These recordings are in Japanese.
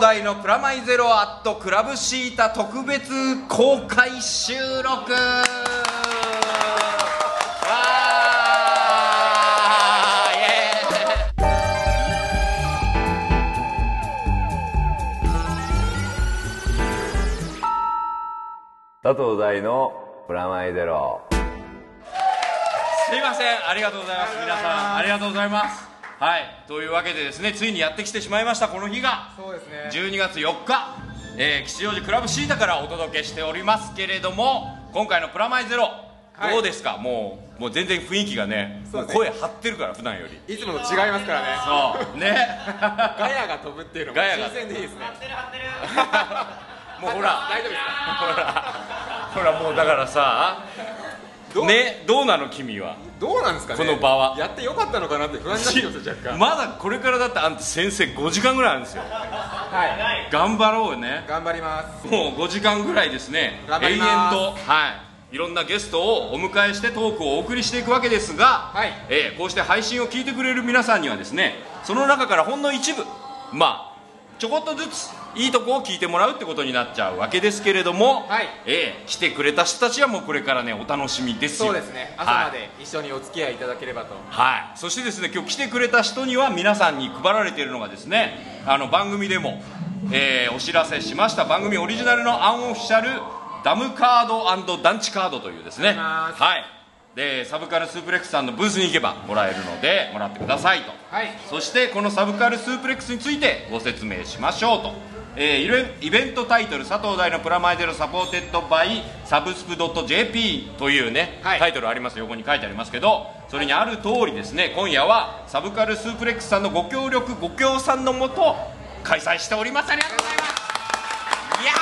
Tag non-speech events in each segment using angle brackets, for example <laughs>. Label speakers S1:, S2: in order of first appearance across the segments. S1: 回の「プラマイゼロアットクラブシータ」特別公開収録わーイエーイ
S2: 佐藤大のプラマイゼロ
S1: すいませんありがとうございます皆さんありがとうございますはいというわけでですねついにやってきてしまいましたこの日が
S3: そうですね
S1: 12月4日、えー吉祥寺クラブシータからお届けしておりますけれども今回の「プラマイゼロ」
S3: はい
S1: どうですかもうもう全然雰囲気がね
S3: そうですね
S1: もう声張ってるから普段より
S3: いつもと違いますからね
S1: そう
S3: <laughs>
S1: ね
S3: ガヤが飛ぶっていうのも
S1: ガヤが
S3: 新鮮でいいですね
S1: もうほら
S3: 大丈夫ですか
S1: ほらほらもうだからさ
S3: どう,、
S1: ねどうなの君は
S3: どうなんですかね
S1: この場は
S3: やってよかったのかなって不安になってきますよ <laughs> 若干
S1: まだこれからだってあんた先生5時間ぐらいあるんですよ
S3: はい
S1: 頑張ろうね
S3: 頑張ります
S1: もう5時間ぐらいですね
S3: 頑張
S1: 延
S3: り
S1: 々
S3: ます
S1: と、はい、いろんなゲストをお迎えしてトークをお送りしていくわけですが、
S3: はい
S1: えーこうして配信を聞いてくれる皆さんにはですねその中からほんの一部まあちょこっとずついいとこを聞いてもらうってことになっちゃうわけですけれども、
S3: はい
S1: えー来てくれた人たちはもうこれからねお楽しみですよ
S3: <laughs> そうですね朝ま
S1: はい
S3: で一緒にお付き合いいただければと
S1: はい、そしてですね今日来てくれた人には皆さんに配られているのがですねあの番組でも、えーお知らせしました番組オリジナルのアンオフィシャルダムカード団地カードというですね
S3: ります
S1: はいでサブカルスープレックスさんのブースに行けばもらえるのでもらってくださいと、
S3: はい
S1: そしてこのサブカルスープレックスについてご説明しましょうと、えーイベイベントタイトル「佐藤大のプラマイゼロサポーテッドバイサブスプ .jp」というね、
S3: はい
S1: タイトルあります横に書いてありますけどそれにある通りですね今夜はサブカルスープレックスさんのご協力ご協賛のもと開催しておりますありがとうございますいや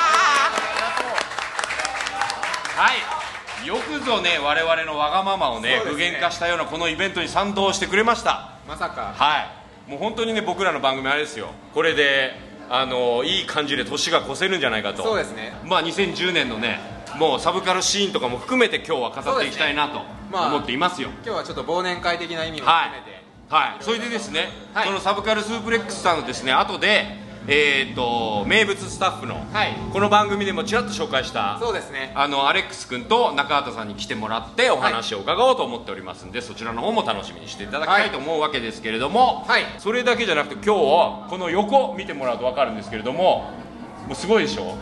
S1: ーはいよくぞね我々のわがままをね
S3: そうです
S1: 具
S3: ね
S1: 現化したようなこのイベントに賛同してくれました
S3: まさか
S1: はい、もう本当にね、僕らの番組、あれですよ、これであのいい感じで年が越せるんじゃないかと、
S3: そうですね
S1: まあ、2010年のね、もうサブカルシーンとかも含めて、今日は語っていきたいなと
S3: まあ
S1: 思っていますよ。
S3: 今日はちょっと忘年会的な意味も
S1: は
S3: 含め
S1: い
S3: て、
S1: はい、それでですね、
S3: はい
S1: そのサブカルスープレックスさんのですね後で、えー、と名物スタッフの、
S3: はい
S1: この番組でもちらっと紹介した
S3: そうですね
S1: あのアレックス君と中畑さんに来てもらってお話を伺おうと思っておりますんで、そちらの方も楽しみにしていただきたいと思うわけですけれども、
S3: はい
S1: それだけじゃなくて今日この横見てもらうと分かるんですけれどももうすごいでしょ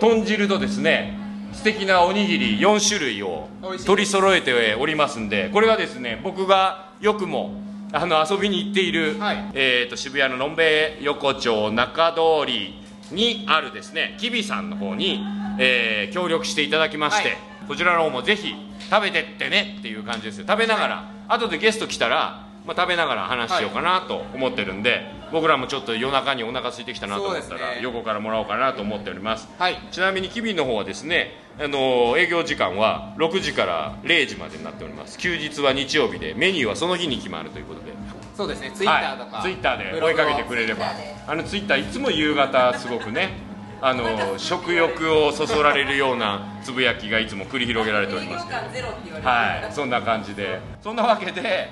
S1: 豚汁とですね素敵なおにぎり4種類を
S3: 美味しい
S1: 取り揃えておりますんでこれがですね僕がよくもあの遊びに行っている、
S3: はい
S1: えー、と渋谷ののんべい横丁中通りにあるですねきびさんの方に、えー協力していただきまして、
S3: はい
S1: こちらの方もぜひ食べてってねっていう感じですよ食べながら、後でゲスト来たら、まあ、食べながら話しようかなと思ってるんで、僕らもちょっと夜中にお腹空いてきたなと思った
S3: そうで
S1: ら、
S3: すね
S1: 横からもらおうかなと思っております、
S3: はい
S1: ちなみにキビの方はですね、あのー営業時間は6時から0時までになっております休日は日曜日でメニューはその日に決まるということで
S3: そうですねツイッターと
S1: は
S3: か、
S1: い、ツイッターで
S3: ブ
S1: 追
S3: ロ
S1: い
S3: グを
S1: かけてくれればあのツイッターいつも夕方すごくねあの食欲をそそられるようなつぶやきがいつも繰り広げられており
S4: 営業
S1: ますけど
S4: 感ゼロって言われて
S1: はいそんな感じでそんなわけで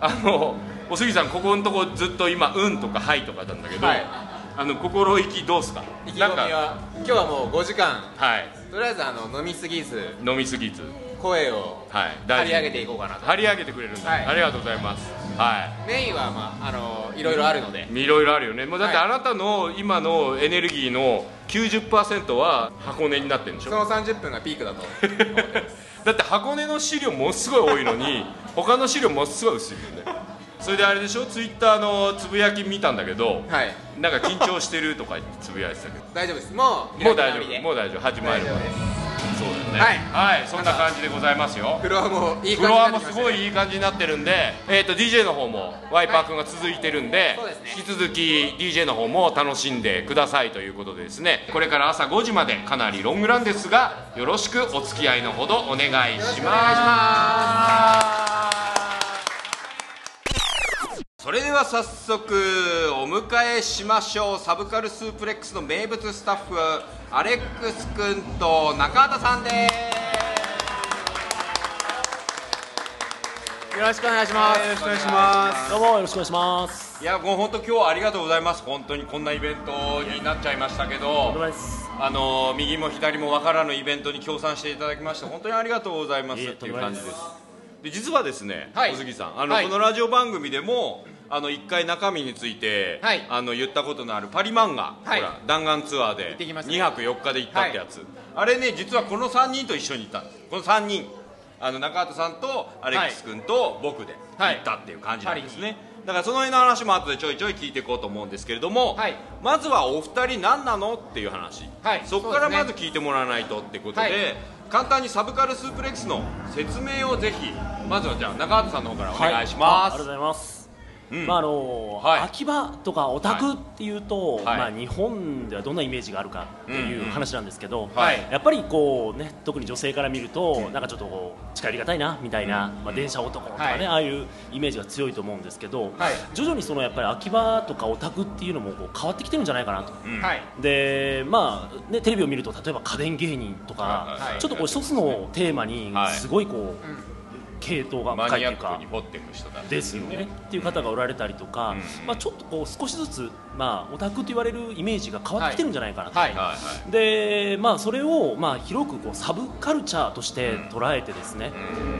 S1: あのおすぎさんここのとこずっと今「うん」とか「はい」とかなんだけど、
S3: はい
S1: あの心意気どうすか
S3: 意気
S1: な
S3: 込
S1: ん
S3: み
S1: か
S3: は今日はもう5時間
S1: はい
S3: とりあえずあの飲みすぎず
S1: 飲みすぎず
S3: 声を
S1: はい
S3: 張
S1: 大
S3: り
S1: 事
S3: 上
S1: に
S3: げていこうかなと
S1: 張り上げてくれるんだ、
S3: はい
S1: ありがとうございますはい
S3: メインはまああのいろいろあるので
S1: いろいろあるよねもうだって
S3: はい
S1: あなたの今のエネルギーの90%は箱根になってるんでしょ
S3: その30分がピークだと
S1: <laughs> だって箱根の資料ものすごい多いのに他の資料ものすごい薄いよねそれであれでしょツイッターのつぶやき見たんだけど、
S3: はい
S1: なんか緊張してるとか言ってつぶやいてたけど
S3: 大丈夫ですもう
S1: もう大丈
S3: 開き直りで
S1: 夫もう大丈夫始ま
S3: 大
S1: る
S3: 丈夫
S1: わ
S3: です
S1: そうだよね
S3: はい
S1: はい、そんな感じでございますよ
S3: フロアもいい感じになってきましたね
S1: フロアもすごいいい感じになってるんで、えー、と DJ の方もワイパー君が続いてるんで,、
S3: そうですね
S1: 引き続き DJ の方も楽しんでくださいということでですねこれから朝5時までかなりロングランですがよろしくお付き合いのほどお願いしますそれでは早速お迎えしましょうサブカルスープレックスの名物スタッフアレックス君と中畑さんです
S3: えーよろしくお願いします、
S1: よろしくお願いします
S4: どうもよろしくお願いします。
S1: いやもう本当今日はありがとうございます本当にこんなイベントになっちゃいましたけ
S4: お
S1: ど
S4: 願いします。
S1: あの右も左もわからぬイベントに協賛していただきまして本当にありがとうございます
S4: いえ
S1: っていう感じですで実はですね
S3: はい
S1: 小杉さんあの、
S3: はい
S1: このラジオ番組でもあの一回中身について、
S3: はい
S1: あの言ったことのあるパリ漫画、
S3: はい
S1: ほら弾丸ツアーで
S3: ってきましたね
S1: 2泊4日で行ったってやつ、あれね実はこの3人と一緒に行ったんですこの3人あの中畑さんとアレックス君と僕で行ったっていう感じなんですね、だからその辺の話も後でちょいちょい聞いていこうと思うんですけれども、
S3: はい
S1: まずはお二人何なのっていう話、
S3: はい
S1: そこから
S3: そうですね
S1: まず聞いてもらわないとってことで、
S3: はい
S1: 簡単にサブカルスープレックスの説明をぜひまずはじゃあ中畑さんの方からお
S4: はい
S1: 願いしま
S4: あありがとう
S1: す、
S4: ございます。
S1: うん
S4: まああの
S1: はい
S4: 秋葉とかオタクっていうと、
S1: はい
S4: まあ日本ではどんなイメージがあるかって
S1: うんう
S4: い
S1: ん
S4: う話なんですけど、
S1: はい
S4: やっぱりこうね特に女性から見ると、なんかちょっとこう近寄りがたいなみたいな、まあ電車男とか
S3: は
S4: ね、
S3: い
S4: ああいうイメージが強いと思うんですけど、
S3: はい
S4: 徐々にそのやっぱり秋葉とかオタクっていうのもこう変わってきてるんじゃないかなと。
S1: うん
S3: はい
S4: でまあね、テレビを見ると例えば家電芸人とか、
S1: はい
S3: はい
S4: ちょっとこう一つのテーマに
S1: はい
S4: すごいこう、系統が
S1: マ
S4: 深い
S1: ニ
S4: と
S1: ア
S4: いう
S1: ッ
S4: か
S1: クに掘っていく人だ
S4: ですよねっていう方がおられたりとか、
S1: うん
S4: まあ、ちょっとこう少しずつ、まあ、オタクと言われるイメージが変わってきてるんじゃないかなと、
S3: はい
S1: はいはい
S4: でまあ、それを、まあ、広くこうサブカルチャーとして捉えてですね、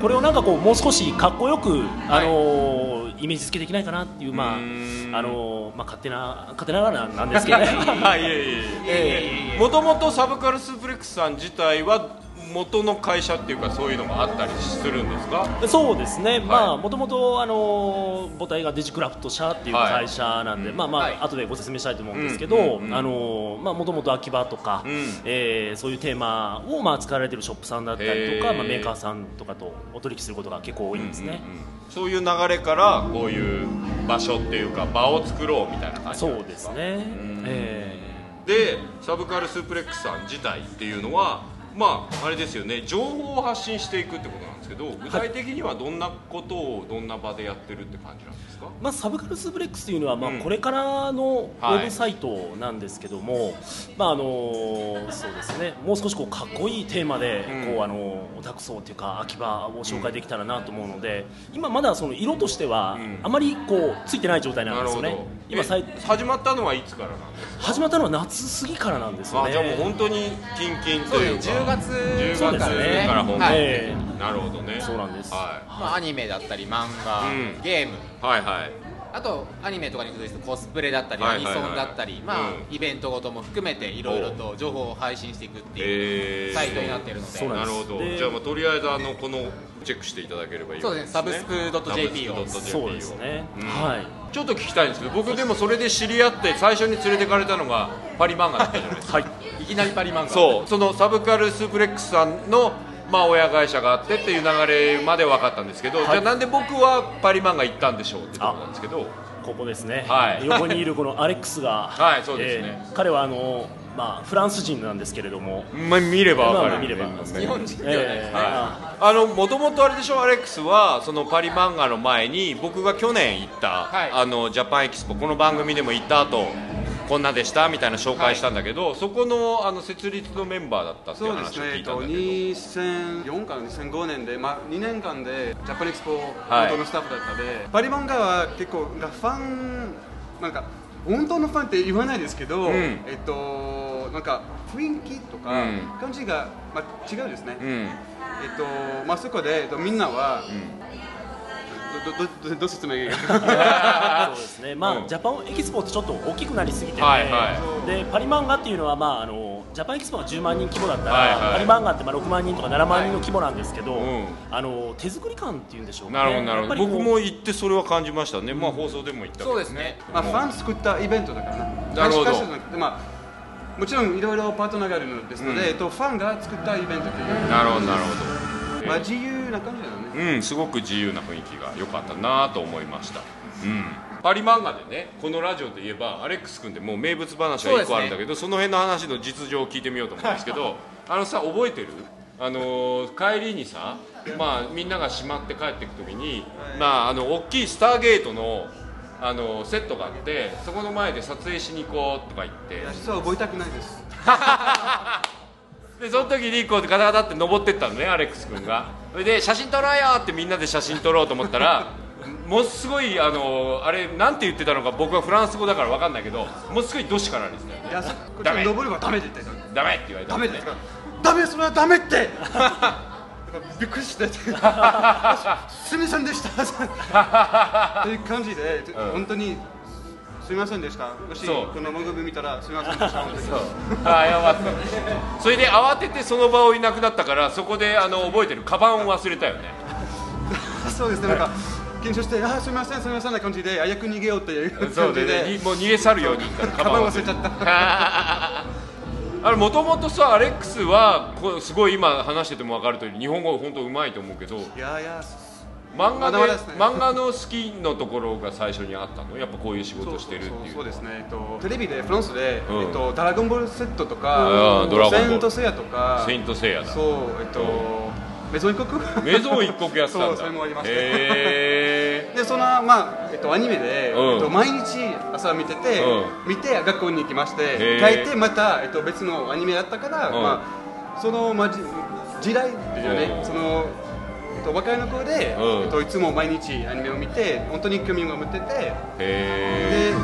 S4: これをなんかこうもう少しかっこよく、あのーイメージ付けできないかなっていう、まあ
S1: うーん
S4: あのーまあ、勝手な勝手ながらなんですけど
S1: <laughs>
S4: ね。
S1: はいいえいえい
S3: いえいえい
S1: えもともとサブカルスープレックスさん自体は元の会社っていうかそういうのがあったりするんですか
S4: そうですね、まあもともとあのー母体がデジクラフト社っていう会社なんで、
S1: はい
S4: まあまあ、
S3: はい
S4: 後でご説明したいと思うんですけ
S1: う
S4: ど、
S1: んうん
S4: あのーまあもともと秋葉とか、
S1: うん
S4: えーそういうテーマをまあ使われてるショップさんだったりと
S1: へ
S4: か、
S1: ー
S4: まあメーカーさんとかとお取引することが結構多いんですね。
S1: うんうんうんそういう流れからこういう場所っていうか場を作ろうみたいな感じ
S4: そうですね
S1: ん。
S4: え
S1: でサブカルスープレックスさん自体っていうのはまああれですよね情報を発信していくってことなんですけど具体的にはどんなことをどんな場でやってるって感じなんですか、
S4: ーまあ、サブカルスープレックスというのは、まあ
S1: うん
S4: これからのウ
S1: はい
S4: ェブサイトなんですけども、まああのーそうですねもう少しこうかっこいいテーマで、
S1: うん
S4: こうあのーオタク層というか秋葉を紹介できたらなと思うので、今まだその色として
S1: う
S4: は、
S1: ん
S4: あまりこうついてない状態な
S1: なんる
S4: です
S1: ほ
S4: よ
S1: ど、
S4: ね今
S1: え
S4: さい
S1: 始まったのはいつからなんですか
S4: 始まったのは夏過ぎからなんですよ
S1: あ
S4: ね
S1: じゃあもう本当にキンキンというか
S3: そうですね10
S1: 10
S3: 月
S1: 月から本当に、
S3: はい
S4: え
S1: なるほどね
S4: そうなんです
S1: は
S3: まあ、アニメだったり漫画、
S1: うん
S3: ゲーム
S1: い、はいはい
S3: あとアニメとかに付随するコスプレだったり、
S1: はいはいはい
S3: アニソンだったり、まあ
S1: う
S3: イベントごとも含めていろいろと情報を配信していくっていう
S1: えー
S3: サイトになっているので、
S4: そうなん
S1: な
S4: で
S1: る
S4: す
S1: ほど
S4: で
S1: じゃあまあとりあえずあのこのチェックしていただければいい
S3: そうですねサブスク .jp を
S1: サブスク .jp
S4: そうですね、
S1: うん
S4: はい
S1: ちょっと聞きたいんですけど僕でもそれで知り合って最初に連れてかれたのがパリ漫画だったじゃないですか
S4: はい
S3: いきなりパリ漫画
S1: そうそのサブカルスープレックスさんのまあ親会社があってっていう流れまで分かったんですけど、
S4: い
S1: じゃあなんで僕はパリ漫画行ったんでしょうってところなんですけど
S4: ここですね、
S1: はい
S4: 横にいるこのアレックスが、
S1: はいそうですね
S4: えー彼はあの、まあ、フランス人なんですけれ
S1: <laughs>
S4: ども、
S1: まあ見れば分かる、
S4: まあ見れば
S3: 日本人ではないですね、
S1: はい、あのもともとあれでしょアレックスはそのパリ漫画の前に僕が去年行った、
S3: はい
S1: あのジャパンエキスポこの番組でも行った後こんなでしたみたいな紹介したんだけど、そこのあの設立のメンバーだったっていう
S5: そうで
S1: 話を
S5: すね、
S1: 聞
S5: え
S1: い
S5: った
S1: ん
S5: と、
S1: だけ
S5: 2004から2005年で、まあ、2年間でジャパンエキスポ
S1: はい
S5: 本当のスタッフだったで、パリ漫画は結構がファンなんか本当のファンって言わないですけど、
S1: ん
S5: えっとなんか雰囲気とか
S1: うん
S5: 感じが、まあ、違うですね、
S1: ど、
S5: えっ
S1: うん、
S5: とまあ、そこで、えっと、みんなは、どどどどどう説明がいい
S1: <laughs>
S5: か
S4: そうですね、まあ
S1: うん
S4: ジャパンエキスポってちょっと大きくなりすぎて、
S1: はいは
S4: でパリ漫画っていうのは、まあ、あのジャパンエキスポが10万人規模だったら、
S1: はいはい
S4: パリ漫画ってまあ6万人とか7万人の規模なんですけど、
S1: うん
S4: あの手作り感っていうんでしょう
S1: な
S4: か、
S1: る
S4: ね、
S1: ほどなるほど
S4: やっぱりこ
S1: 僕
S4: う
S1: も行ってそれは感じましたね、まあ放送でも行ったけど
S3: そうですね
S5: まあ、ファン作ったイベントだからな
S1: なるほど
S5: 会社じゃなくて、まあ、もちろんいろいろパートナーがあるのですので、
S1: うん
S5: えっと、ファンが作ったイベントという
S1: なるほどなるほど
S5: まあ、自由な感じだよね
S1: うん、すごく自由な雰囲気が良かったなと思いました、うん、パリ漫画でねこのラジオで言えばアレックス君でもう名物話が1個あるんだけどそ,、の辺の話の実情を聞いてみようと思うんですけどあのさ覚えてるあのー帰りにさ、まあ、みんなが閉まって帰っていく時に、まあ、あの大きいスターゲートのあのセットがあってそこの前で撮影しに行こうとか言って
S5: いや実は覚えたくないです
S1: でその時にこうガタガタって登ってったのねアレックス君がそれで写真撮ろうよってみんなで写真撮ろうと思ったら <laughs> ものすごいあのあれなんて言ってたのか僕はフランス語だから分かんないけどものすごいどしかられてたよね
S5: いやそこっち
S1: ダメ
S5: に登ればダメって言ってた
S1: ダメって言われた
S5: ダ
S1: んだ
S5: メ
S1: よ
S5: で
S1: ね
S5: すかダメそれはダメって
S1: <laughs>
S5: びっくりしてすみませんでしたっていう感じで、本当にすみませんでしたもし
S1: そう
S5: この番組見たらすみませ
S1: <laughs>
S5: んでした本当に
S1: ああやばったそれで慌ててその場をいなくなったからそこであの覚えてるカバンを忘れたよね
S5: そうですね、なんか緊張して、あーすみません、すみませんな感じで、あ早く逃げようっていう感じで、
S1: そうでねにもう逃げ去るように言ったら
S5: カバン忘れちゃった。
S1: あれもともとさアレックスはこうすごい今話してても分かる通り日本語本当うまいと思うけど
S5: いやいや、
S1: 漫画
S5: まだ
S1: で
S5: まだですね
S1: 漫画の好きのところが最初にあったのやっぱこういう仕
S5: そ
S1: 事
S5: う
S1: してるっていう
S5: そうそうですね、えっと、テレビで、フランスで、
S1: うん
S5: えっと、ドラゴンボールセットと
S1: う
S5: か
S1: ん、ドラゴンボール
S5: セイントセイヤとか、
S1: セイントセイヤだ
S5: そう、えっと、メゾン一国
S1: メゾン一国やってたん
S5: そう、
S1: だ
S5: それもありました。
S1: へ
S5: <laughs> でそのまあえっと、アニメで、
S1: うん
S5: えっと、毎日朝見てて、
S1: う
S5: 見て学校に行きまして
S1: へー
S5: 帰ってまた、えっと、別のアニメだったから、
S1: うん
S5: まあ、その、まあ、じ時代ですよ
S1: う
S5: ね
S1: ん
S5: その、えっと、若いの子で、
S1: うん
S5: えっと、いつも毎日アニメを見て本当に興味を持ってて
S1: えへ
S5: で、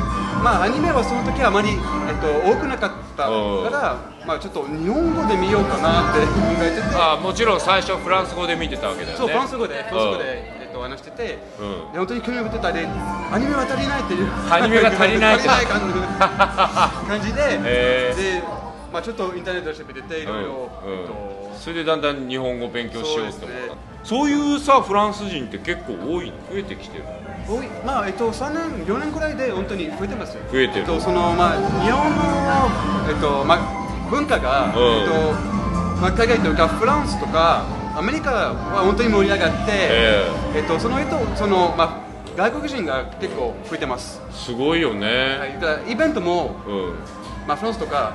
S5: まあ、アニメはその時はあまり、えっと、多くなかった
S1: うん
S5: から、まあ、ちょっと日本語で見ようかなって考えてて
S1: え。あもちろん最初フランス語で見てたわけだよね
S5: そう、フランス語で、フランス語で、えっと、話してて、
S1: うん
S5: で本当に興味を持ってたで、アニメは足りないっていう、
S1: アニメが足りない
S5: 足りない感じ感じで、
S1: <laughs> へー
S5: で、まあ、ちょっとインターネットで調べてて、いろ
S1: うん
S5: いろ、えっと
S1: それでだんだん日本語勉強しようって思っ
S5: そうです
S1: た
S5: ね
S1: そう,、いうさフランス人って結構多い増えてきてる
S5: 多いまあえっと、3年、4年くらいで本当に増えてますよ、
S1: 増えてる
S5: えっとそのまあ、日本の、えっとまあ、文化が、
S1: うん
S5: えっとまあ、海外というか、フランスとか、アメリカは本当に盛り上がって、
S1: え
S5: えっと、その人その、まあ、外国人が結構増えてます。
S1: えすごいよね、
S5: はい、だからイベントも、
S1: う
S5: まあ、フランスとか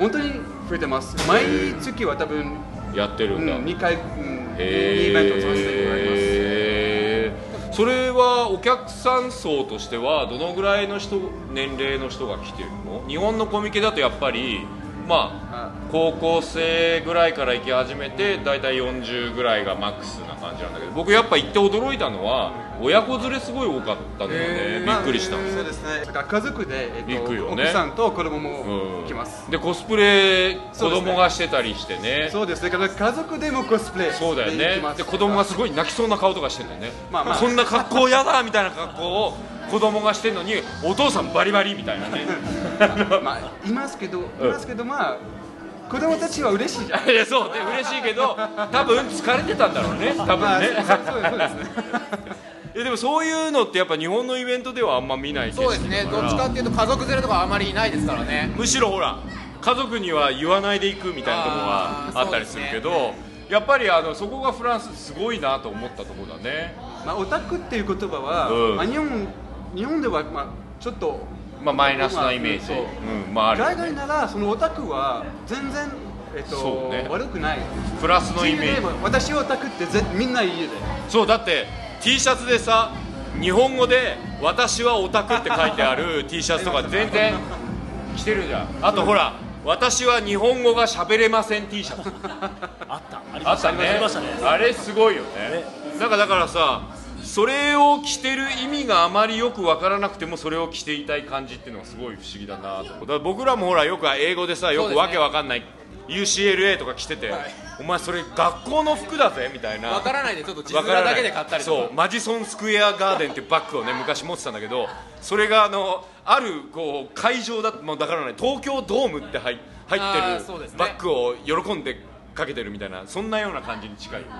S5: 本当に増えてます毎月は多分、
S1: んやって
S5: う
S1: るんだ、
S5: ん、2回、うん、
S1: へ
S5: イベントをさせてもらいます
S1: えそれはお客さん層としてはどのぐらいの人年齢の人が来てるの日本のコミケだとやっぱりまあ高校生ぐらいから行き始めて大体40ぐらいがマックスな感じなんだけど僕やっぱ行って驚いたのは親子連れすごい多かったので、
S5: えー
S1: びっくりしたん
S5: ま
S1: で
S5: あ
S1: す
S5: そうですねだから家族で、えっ
S1: 行くよ
S5: と
S1: ね
S5: 奥さんと子供
S1: う
S5: も
S1: ん
S5: 来ます、
S1: でコスプレ子
S5: そうですね
S1: 供がしてたりしてね
S5: そうですねだから家族でもコスプレ
S1: そうだよ
S5: でき
S1: ね
S5: ます
S1: で子供がすごい泣きそうな顔とかしてんだよね、
S5: まあまあ
S1: そんな格好やだみたいな格好を子供がしてんのにお父さんバリバリみたいなね
S5: <laughs> まあいますけどいますけど、まあ子供たちは嬉しいじゃん
S1: いやそうで嬉しいけど多分疲れてたんだろうね多
S5: ま
S1: 分
S5: あ
S1: ね
S5: そうそうそうですね
S1: いやでもそういうのってやっぱ日本のイベントではあんま見ない景色
S3: そうですね
S1: だ
S3: ど
S1: ら
S3: っちかっていうと家族連れとかあまりいないですからね
S1: むしろほら家族には言わないでいくみたいなところがあったりするけど、
S3: あ
S1: やっぱりあのそこがフランスすごいなと思ったところだね
S5: まあオタクっていう言葉は、
S1: うん
S5: まあ、日本日本では、まあ、ちょっと
S1: まあマイナスなイメージ
S5: そう
S1: うんまああるよね
S5: 海外ならそのオタクは全然、えっ
S1: そ
S5: と
S1: うね
S5: 悪くない
S1: プラスのイメージ
S5: 自由で私オタクってぜみんな家で
S1: そうだって T シャツでさ日本語で「私はオタク」って書いてある T シャツとか全然着てるじゃんあとほら「私は日本語が喋れません」T シャツ
S4: あったあり
S1: あ
S4: ま
S1: っ
S4: し
S1: た
S4: たあ
S1: ね
S4: りましたね
S1: あれすごいよねなんかだからさそれを着てる意味があまりよくわからなくてもそれを着ていたい感じっていうのがすごい不思議だなとだから僕らもほらよく英語でさよ
S3: そう
S1: く
S3: ですね
S1: わけわかんない UCLA とか着てて、お前それ学校の服だぜみたいな
S3: わからないでちょっと地面だけで買ったりとか
S1: そうマジソンスクエアガーデンっていうバッグをね昔持ってたんだけどそれがあのあるこう会場だもうだからね東京ドームって入入
S3: あー
S1: って
S3: そう
S1: る
S3: ですね
S1: バッグを喜んでかけてるみたいなそんなような感じに近いよね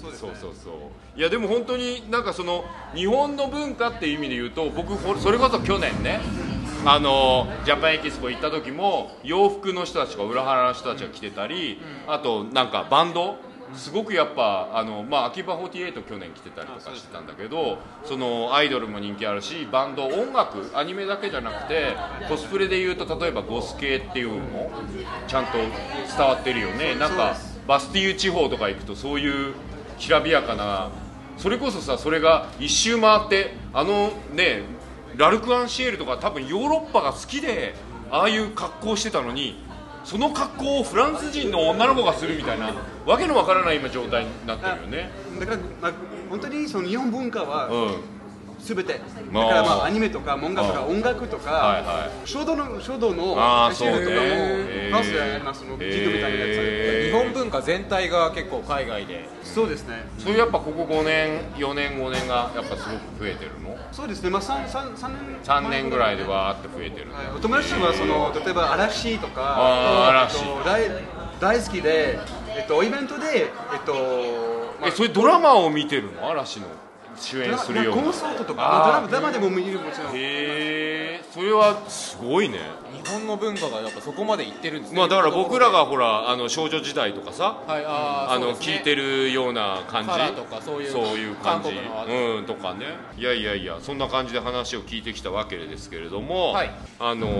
S1: そうそうそういやでも本当になんかその日本の文化っていう意味で言うと僕ほそれこそ去年ねあのジャパンエキスポ行った時も洋服の人たちとか裏腹の人たちが着てたり、あとなんかバンドすごくやっぱあの、まあ、秋葉48去年着てたりとかしてたんだけどそのアイドルも人気あるしバンド音楽アニメだけじゃなくてコスプレで言うと例えばゴス系っていうのもちゃんと伝わってるよねなんかバスティーユ地方とか行くとそういうきらびやかなそれこそさそれが一周回ってあのねラルク・アンシエルとか多分ヨーロッパが好きでああいう格好してたのにその格好をフランス人の女の子がするみたいなわけのわからない今状態になってるよね
S5: だから、まあ、本当にその日本文化は
S1: う
S5: すべて、だからまあアニメとか漫画とか音楽とか、
S1: はいは
S5: 書道の書道の
S1: あー
S5: 教えるとかも
S1: そうね
S5: ハウスでやりますその
S1: ん
S5: 授業みたいなやつ、
S1: へ
S3: 日
S1: ー
S3: 本文化全体が結構海外で
S5: そうですね
S1: それやっぱここ5年4年5年がやっぱすごく増えてるの
S5: そうですねまあ三三三年
S1: 3年ぐらいでわーって増えてる
S5: はいお友達はその例えば嵐とか
S1: あー
S5: えっと大大好きでえっとイベントでえっとまあ
S1: えそれドラマを見てるの嵐の主演するよう
S5: まあコ
S1: な
S5: ンサートとか
S1: あー
S5: まあドラマドラマでも見るもちろん
S1: へえそれはすごいね
S3: 日本の文化がやっぱそこまでいってるんですね
S1: まあだから僕らがほらあの少女時代とかさ
S3: はいあ
S1: あ
S3: ーそう
S1: の
S3: ですね
S1: 聞いてるような感じ
S3: カラーとかそういう
S1: いう感じ
S3: 韓国のアー
S1: うんとかねいやいやいやそんな感じで話を聞いてきたわけですけれども、
S3: はい
S1: あの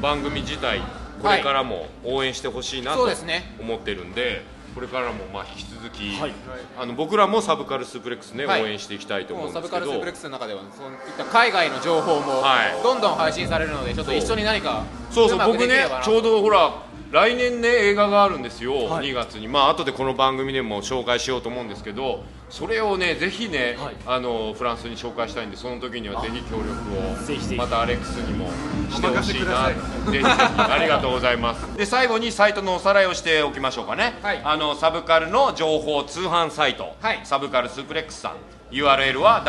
S1: 番組自体これからも応援してほしいな
S3: そ
S1: と
S3: うですね
S1: 思ってるんでこれからもまあ引き続き、
S4: はい
S1: あの僕らもサブカルスープレックスね、
S3: はい
S1: 応援していきたいと思
S3: も
S1: う
S3: うん
S1: です
S3: サブ
S1: け
S3: カルス
S1: ど
S3: ープレックスの中ではそういった海外の情報も
S1: はい
S3: どんどん配信されるのでちょっと一緒に何か
S1: そうそう
S3: まくで
S1: 僕
S3: きれ
S1: ね
S3: ばな
S1: ちょうどほら来年ね映画があるんですよ、
S4: はい
S1: 2月にまあ後でこの番組でも紹介しようと思うんですけどそれをねぜひね、
S4: はい
S1: あのフランスに紹介したいんでその時にはぜひ協力を
S4: ぜひぜひ
S1: またアレックスにもしてほしい
S5: お
S1: な
S5: 任
S1: ぜ
S5: せく
S1: ひぜひありがとうございますで最後にサイトのおさらいをしておきましょうかね、
S3: はい
S1: あのサブカルの情報通販サイト、
S3: はい
S1: サブカルスープレックスさん URL は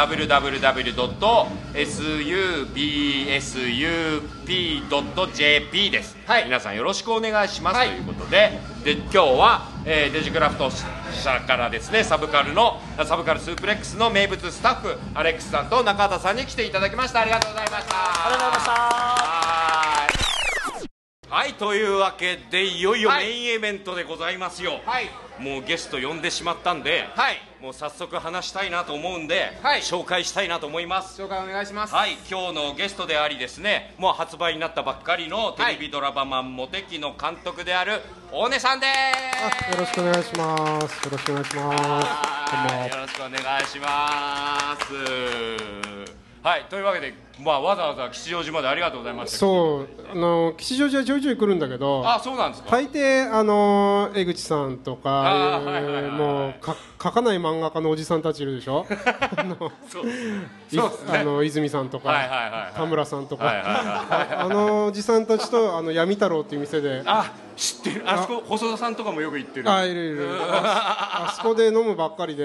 S1: www.subsup.jp です、
S3: はい
S1: 皆さんよろしくお願いします、
S3: はい
S1: ということでで今日は、えーデジクラフト社からですねサブカルのサブカルスープレックスの名物スタッフアレックスさんと中畑さんに来ていただきましたありがとうございました
S4: ありがとうございました
S1: はーいはいというわけでいよいよ
S3: はい
S1: メインイベントでございますよ、
S3: はい
S1: もうゲスト呼んでしまったんで、
S3: はい
S1: もう早速話したいなと思うんで、
S3: はい
S1: 紹介したいなと思います
S3: 紹介お願いします
S1: はい今日のゲストでありですねもう発売になったばっかりのテレビドラママンモテキの監督である大根さんで
S6: よろしくお願いします。よろしくお願いします。
S1: すはいよろしくお願いしますはいというわけで、まあ、わざわざ吉祥寺までありがとうございました
S6: そう、あの吉祥寺はちょいちょい来るんだけど、
S1: あそうなんですか
S6: 大抵あの江口さんと
S1: あ
S6: か
S1: ーはいはいはいはい
S6: もうか書かない漫画家のおじさんたちいるでしょ。あの
S1: そう
S6: い
S1: そうですね
S6: あの泉さんと
S1: はいはいはいは
S6: か
S1: い
S6: 田村さんと
S1: はいはいはい
S6: か、あのおじさんたちとあの闇太郎っていう店で、
S1: あ知ってるあそこ細田さんとかもよく行ってる
S6: あいるいる。ああそこで飲むばっかり
S1: へ
S6: で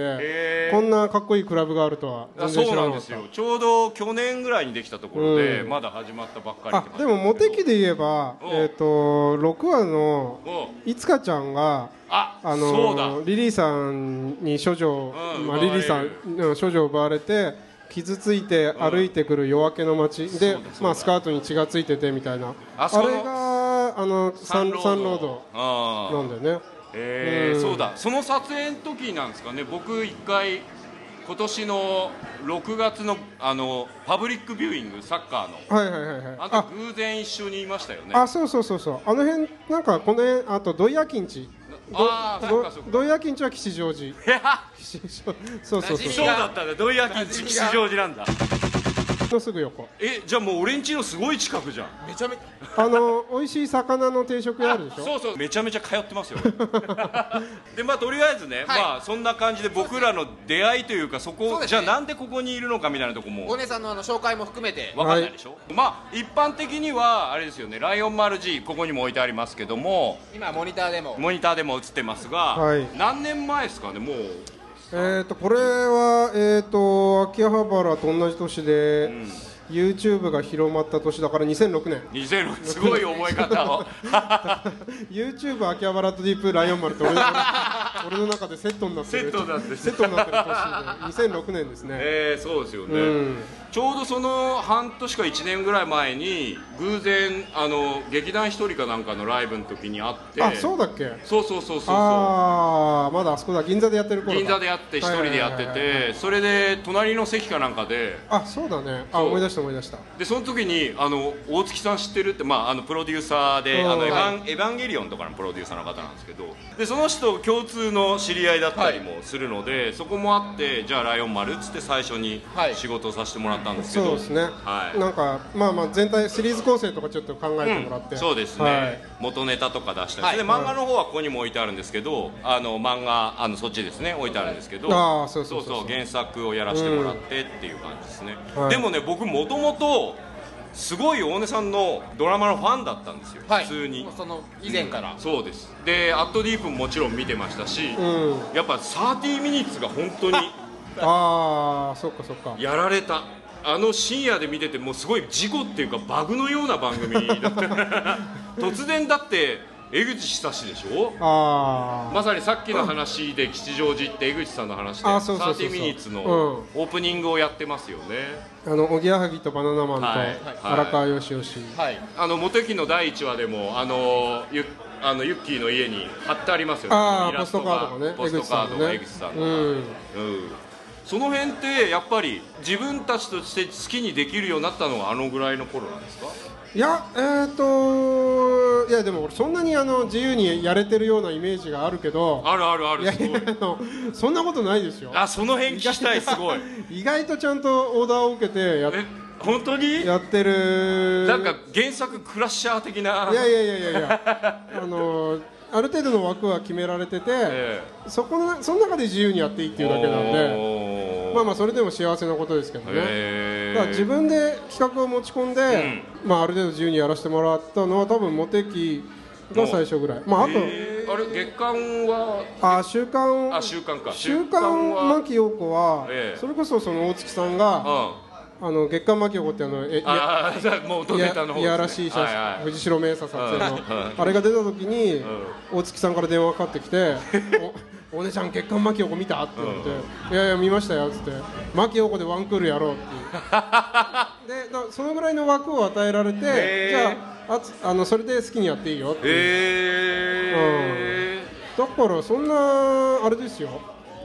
S1: ー、
S6: こんなかっこいいクラブがあるとは
S1: あ
S6: 全然
S1: そ
S6: 知
S1: う
S6: ら
S1: な
S6: なんか
S1: で
S6: っ
S1: す
S6: た
S1: よ。ちょうど去年ぐらいにできたところで、
S6: うん
S1: まだ始まったばっかりって
S6: あ
S1: 感じ
S6: でもモテ期で言えば、
S1: うん
S6: えっ、と6話の
S1: う
S6: いつかちゃんが
S1: あ
S6: あ
S1: そうだ
S6: のリリーさんに処女を、
S1: うん
S6: ま
S1: 奪
S6: あ、
S1: われ
S6: リ
S1: る
S6: リーさんうん処女を奪われて傷ついて歩いてくる夜明けの街で、まあ、スカートに血がついててみたいな
S1: あ
S6: あ
S1: そこ
S6: れがあのサンサンロー
S1: あ
S6: ド
S1: ー
S6: なんだよね
S1: えー
S6: うん
S1: そうだその撮影の時なんですかね僕一回今年の6月のあのパブリックビューイングサッカーの
S6: はいはいはいはい
S1: あ
S6: あ
S1: と偶然一緒にいましたよね
S6: あそうそうそうそうあの辺なんかこの辺あとドイヤキンチ
S1: あーそっかそっか
S6: ドイヤキンチは吉
S1: <laughs>
S6: 祥寺吉祥そうそうそう
S1: そうだったんだ土井明吉吉祥寺なんだ
S6: のすぐ横
S1: えじゃあもう俺んちのすごい近くじゃん
S3: めちゃめち
S6: あの美味しい魚の定食屋あるでしょ
S1: そうそうめちゃめちゃ通ってますよでまあとりあえずね、
S3: はい
S1: まあそんな感じで僕らの出会いというかそこ
S3: そうです
S1: じゃ
S3: ね
S1: あなんでここにいるのかみたいなとこ
S3: ゃ
S1: も
S3: お姉さんのあの紹介も含めて
S1: 分かんないでしょ、まあ一般的にはあれですよねライオン丸 G ここにも置いてありますけども
S3: 今モニターでも
S1: モニターでも映ってますが、
S6: はい
S1: 何年前ですかねもう
S6: えっ、とこれはえっ、と秋葉原と同じ年で、YouTube が広まった年だから2006年
S1: 2006すごい覚え方
S6: <laughs>
S1: を
S6: YouTube 秋葉原とディープライオン丸と俺の
S1: <laughs>
S6: 俺の中でセットになってる
S1: セットなんです
S6: セットになってる年で2006年ですね、
S1: えー、そうですよね、
S6: うん
S1: ちょうどその半年か1年ぐらい前に偶然あの劇団ひとりかなんかのライブの時に会って
S6: あそうだっけ
S1: そうそうそうそうそう
S6: ああまだあそこだ銀座でやってる頃だ
S1: 銀座でやって一人でやって
S6: はいはいはいはい
S1: てそれで隣の席かなんかで
S6: あそうだねあ
S1: そう
S6: 思い出した思い出した
S1: でその時にあの大月さん知ってるって、まあ、あのプロデューサーで「
S6: うん
S1: あのエヴァンエヴァンゲリオン」とかのプロデューサーの方なんですけどでその人共通の知り合いだったりもするので、そこもあってじゃあ「ライオン丸」っつって最初に
S3: はい
S1: 仕事をさせてもらっったんですけど
S6: そうですね、
S1: はい
S6: なんかまあまあ全体シリーズ構成とかちょっと考えてもらって、
S1: そうですね、
S6: はい
S1: 元ネタとか出したり、で漫画の方はここにも置いてあるんですけどあの漫画あのそっちですね置いてあるんですけど
S6: あーそうそうそうそう
S1: 原作をやらせてもらってっていう感じですね、
S6: はい
S1: でもね僕もともとすごい大根さんのドラマのファンだったんですよ、
S3: はい
S1: 普通に
S3: もうその以前から、
S1: そうですで「アットディープももちろん見てましたし、
S6: うん
S1: やっぱ30ミニッツが本当に
S6: ああそっかそっか
S1: やられたあの深夜で見ててもうすごい事故っていうかバグのような番組
S6: <laughs>
S1: だった突然だって江口久志でしょ
S6: ああ
S1: まさにさっきの話で吉祥寺って江口さんの話で
S6: あそうそうそうそう
S1: 30ミニッツの
S6: うん
S1: オープニングをやってますよね、
S6: あのおぎやはぎとバナナマンと、
S1: はい
S6: 荒川よしよし、
S3: はい、
S1: あのモテキの第1話でもあのゆあのユッキーの家に貼ってありますよねイ
S6: ああ
S1: ラ
S6: ポストカードがね
S1: ポストカードが江口さん
S6: う
S1: の、
S6: ん
S1: うんその辺ってやっぱり自分たちとして好きにできるようになったのがあのぐらいの頃なんですか
S6: いやえー、といやでも俺そんなにあの自由にやれてるようなイメージがあるけど
S1: あるあるあ
S6: い
S1: る
S6: や
S1: す
S6: い
S1: ご
S6: や
S1: い
S6: あのそんなことないですよ
S1: あその辺聞きたいすごい
S6: 意外とちゃんとオーダーを受けてやっ
S1: え本当に
S6: やってる
S1: なんか原作クラッシャー的ない
S6: やいやいやいやいやあのある程度の枠は決められてて、
S1: ええ
S6: そこのその中で自由にやっていいっていうだけなんで
S1: おー
S6: まあまあそれでも幸せなことですけどね、
S1: へー
S6: だから自分で企画を持ち込んで、まあ、ある程度自由にやらせてもらったのは多分モテキが最初ぐらい、まあ、あと、
S1: えーあれ月間は
S6: あ週刊
S1: あ週刊か
S6: 週
S1: 週刊
S6: 刊
S1: は
S6: 牧陽子は、
S1: ええ
S6: それこそその大月さんが
S1: あ
S6: あの月刊牧陽子ってあのえいや
S1: あーじゃあもう元
S6: い
S1: ネ
S6: や
S1: タの方
S6: いやらしい写真、
S1: はいはい
S6: 藤代明紗撮影の、
S1: は
S6: あれが出た時に、大月さんから電話かかって
S1: <laughs>
S6: きて「おお姉ちゃん月刊牧陽子見た?」って言われて「いやいや見ましたよ」っつって「牧陽子でワンクールやろう」ってい
S1: <laughs>
S6: うでだそのぐらいの枠を与えられてじゃああつあのそれで好きにやっていいよっていう、
S1: え
S6: だからそんなあれですよ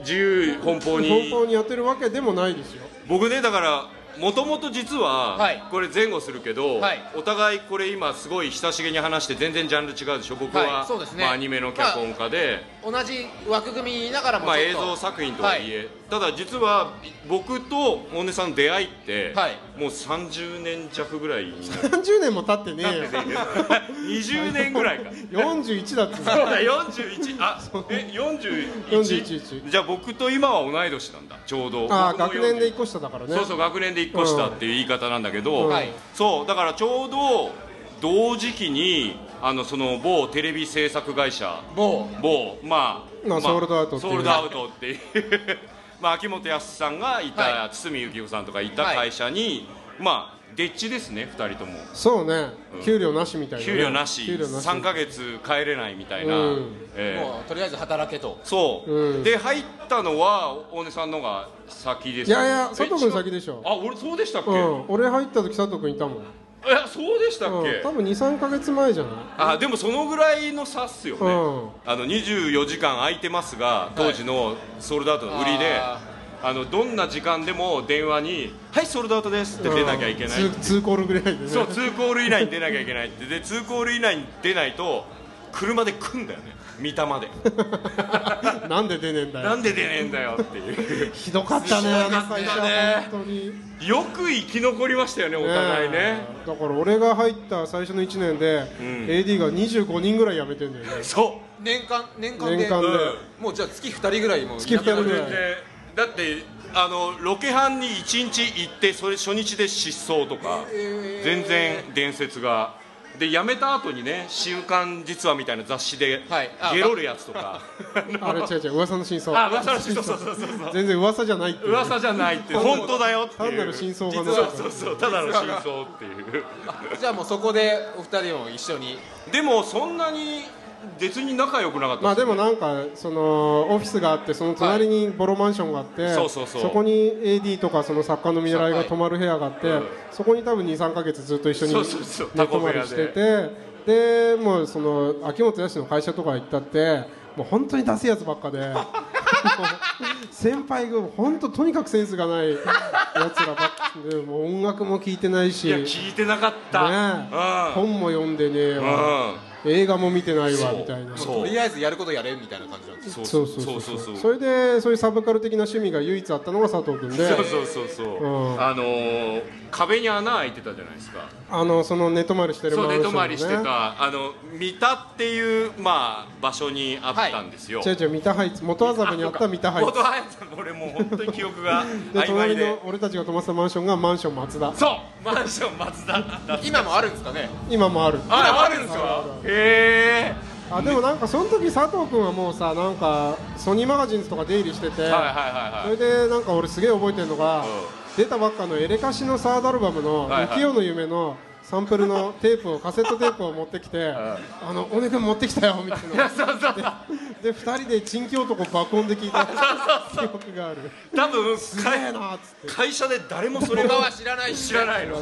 S1: ー自由奔放
S6: 本
S1: に
S6: 当にやってるわけでもないですよ
S1: 僕ねだからもともと実は、
S3: はい
S1: これ前後するけど、
S3: はい
S1: お互いこれ今すごい親しげに話して全然ジャンル違うでしょ僕
S3: は
S1: は、
S3: いそうですね
S1: まあ、アニメの脚本家で、
S3: 同じ枠組みながらも
S1: まあ、
S3: ちょっ
S1: 映
S3: と
S1: 像作品とはいえ、ただ実はい僕と大根さんの出会いって、
S3: はい
S1: もう30年弱ぐらいになる
S6: 30年も経ってねえよ
S1: 20年ぐらいか
S6: 41だっつうの
S1: そうだ41あえ41
S6: 41
S1: じゃあ僕と今は同い年なんだちょうど
S6: ああ
S1: 僕も
S6: 学年で
S1: 40
S6: 1個下だからね
S1: そうそう学年で1個下っていう言い方なんだけど、
S6: うんはい
S1: そうだからちょうど同時期にあのその某テレビ制作会社
S3: 某
S1: 某まあ、
S6: まあソールドアウトって
S1: ソ
S6: いう
S1: ールドアウトっていう <laughs> まあ秋元康さんがいた、
S3: は
S1: 堤幸彦さんとかいた会社に、まあデッチですね2人とも
S6: そうね、給料なしみたいなね、
S1: 給料なし
S6: 給料なし
S1: 3か月帰れないみたいな、
S6: うん
S1: ええ
S3: もうとりあえず働けと
S1: そう、
S6: うん
S1: で入ったのは大根さんのが先です
S6: いやいや
S1: え
S6: 佐藤君先でし
S1: 違
S6: ょ
S1: うあ俺そうでしたっけ、
S6: う
S1: い
S6: ん俺入った時佐藤君いたもん、
S1: やそうでしたっけ、
S6: うん、多分23か月前じゃない
S1: あでもそのぐらいの差っすよね、
S6: うん
S1: あの24時間空いてますが当時のソールドアウトの売りで、
S3: あ
S1: あのどんな時間でも電話に「はいソールドアウトです」って出なきゃいけない、
S6: うんツーツーコールぐらいでね
S1: そう2コール以内に出なきゃいけないってで2コール以内に出ないと車で来んだよね三玉で
S6: <laughs> なんで出ねえんだ
S1: な
S6: よ
S1: んで出ねえんだよっていう
S6: ひどかったねあの会社は本当に
S1: よく生き残りましたよねお互いね
S6: えだから俺が入った最初の1年で、AD が25人ぐらい辞めてんだよね
S1: そう
S3: 年間年間で
S6: 年間で
S3: うんもうじゃあ月2人ぐらいもう
S6: 月二人ぐらい
S1: でだってあのロケハンに1日行ってそれ初日で失踪とか、全然伝説がで辞めた後にね「週刊実は」みたいな雑誌で
S3: はいあ
S1: ゲロるやつとか、
S6: あれ違う違う噂の真相
S1: あ噂の人そうそうそうそう
S6: 全然噂じゃないっていう
S1: 噂じゃないって本当だよっていう
S6: 単なる真相が
S1: そ
S6: な
S1: う
S6: いから
S1: そうそうただの真相っていう
S3: じゃあもうそこでお二人も一緒に
S1: でもそんなに別に仲良くなかった
S6: まあ
S1: す
S6: で
S1: よね
S6: もなんかそのオフィスがあってその隣にボロマンションがあって、
S1: そうそうそう
S6: こに AD とかその作家の見習いが泊まる部屋があって、そこに多分23か月ずっと一緒に
S1: そうそうそう
S6: 寝泊まりしててでもうその秋元康の会社とか行ったってもう本当に出せやつばっかで
S1: <laughs>
S6: もう先輩が本当とにかくセンスがないやつらばっかでもう音楽も聴いてないし
S1: いや聞いてなかった、
S6: ねえ
S1: うん
S6: 本も読んでねえわ
S1: う
S6: 映画も見てないわみたいな
S3: とりあえずやることやれみたいな感じなんですよ
S6: そうそうそう
S1: そうそうそう
S6: それでそういうサブカル的な趣味が唯一あったのが佐藤君で
S1: そうそうそうそう、
S6: うん
S1: あのー壁に穴開いてたじゃないですか
S6: あのその寝泊まりしてる
S1: そう
S6: マ
S1: 寝
S6: ンション
S1: 泊まりして
S6: ね
S1: たあの三田っていうまあ場所にあったんですよ、
S6: 違う違う三田ハイツ元麻布にあった三田ハイツ
S1: 元ハイツ俺もう本当に記憶が
S6: で
S1: 曖昧
S6: 隣
S1: <laughs> で
S6: の俺たちが泊まってたマンションがマンション松田
S1: そうマンション松田だった
S3: 今もあるんですかね
S6: 今もある
S1: ああるんですかへえ
S6: あでもなんかその時佐藤君はもうさなんかソニーマガジンズとか出入りしてて、
S1: はいはいはいはい
S6: それでなんか俺すげえ覚えてるのが、出たばっかのエレカシのサードアルバムの
S1: はい
S6: 「
S1: はい
S6: 浮世の夢」のサンプルのテープをカセットテープを持ってきて「あのおねくん持ってきたよ」みたいなでで2人で珍侠男爆音で聞いた記憶がある
S1: 多分
S6: すげえなっつって
S1: 会社で誰もそれ
S3: 他
S1: は
S3: は知らない
S1: 知らないの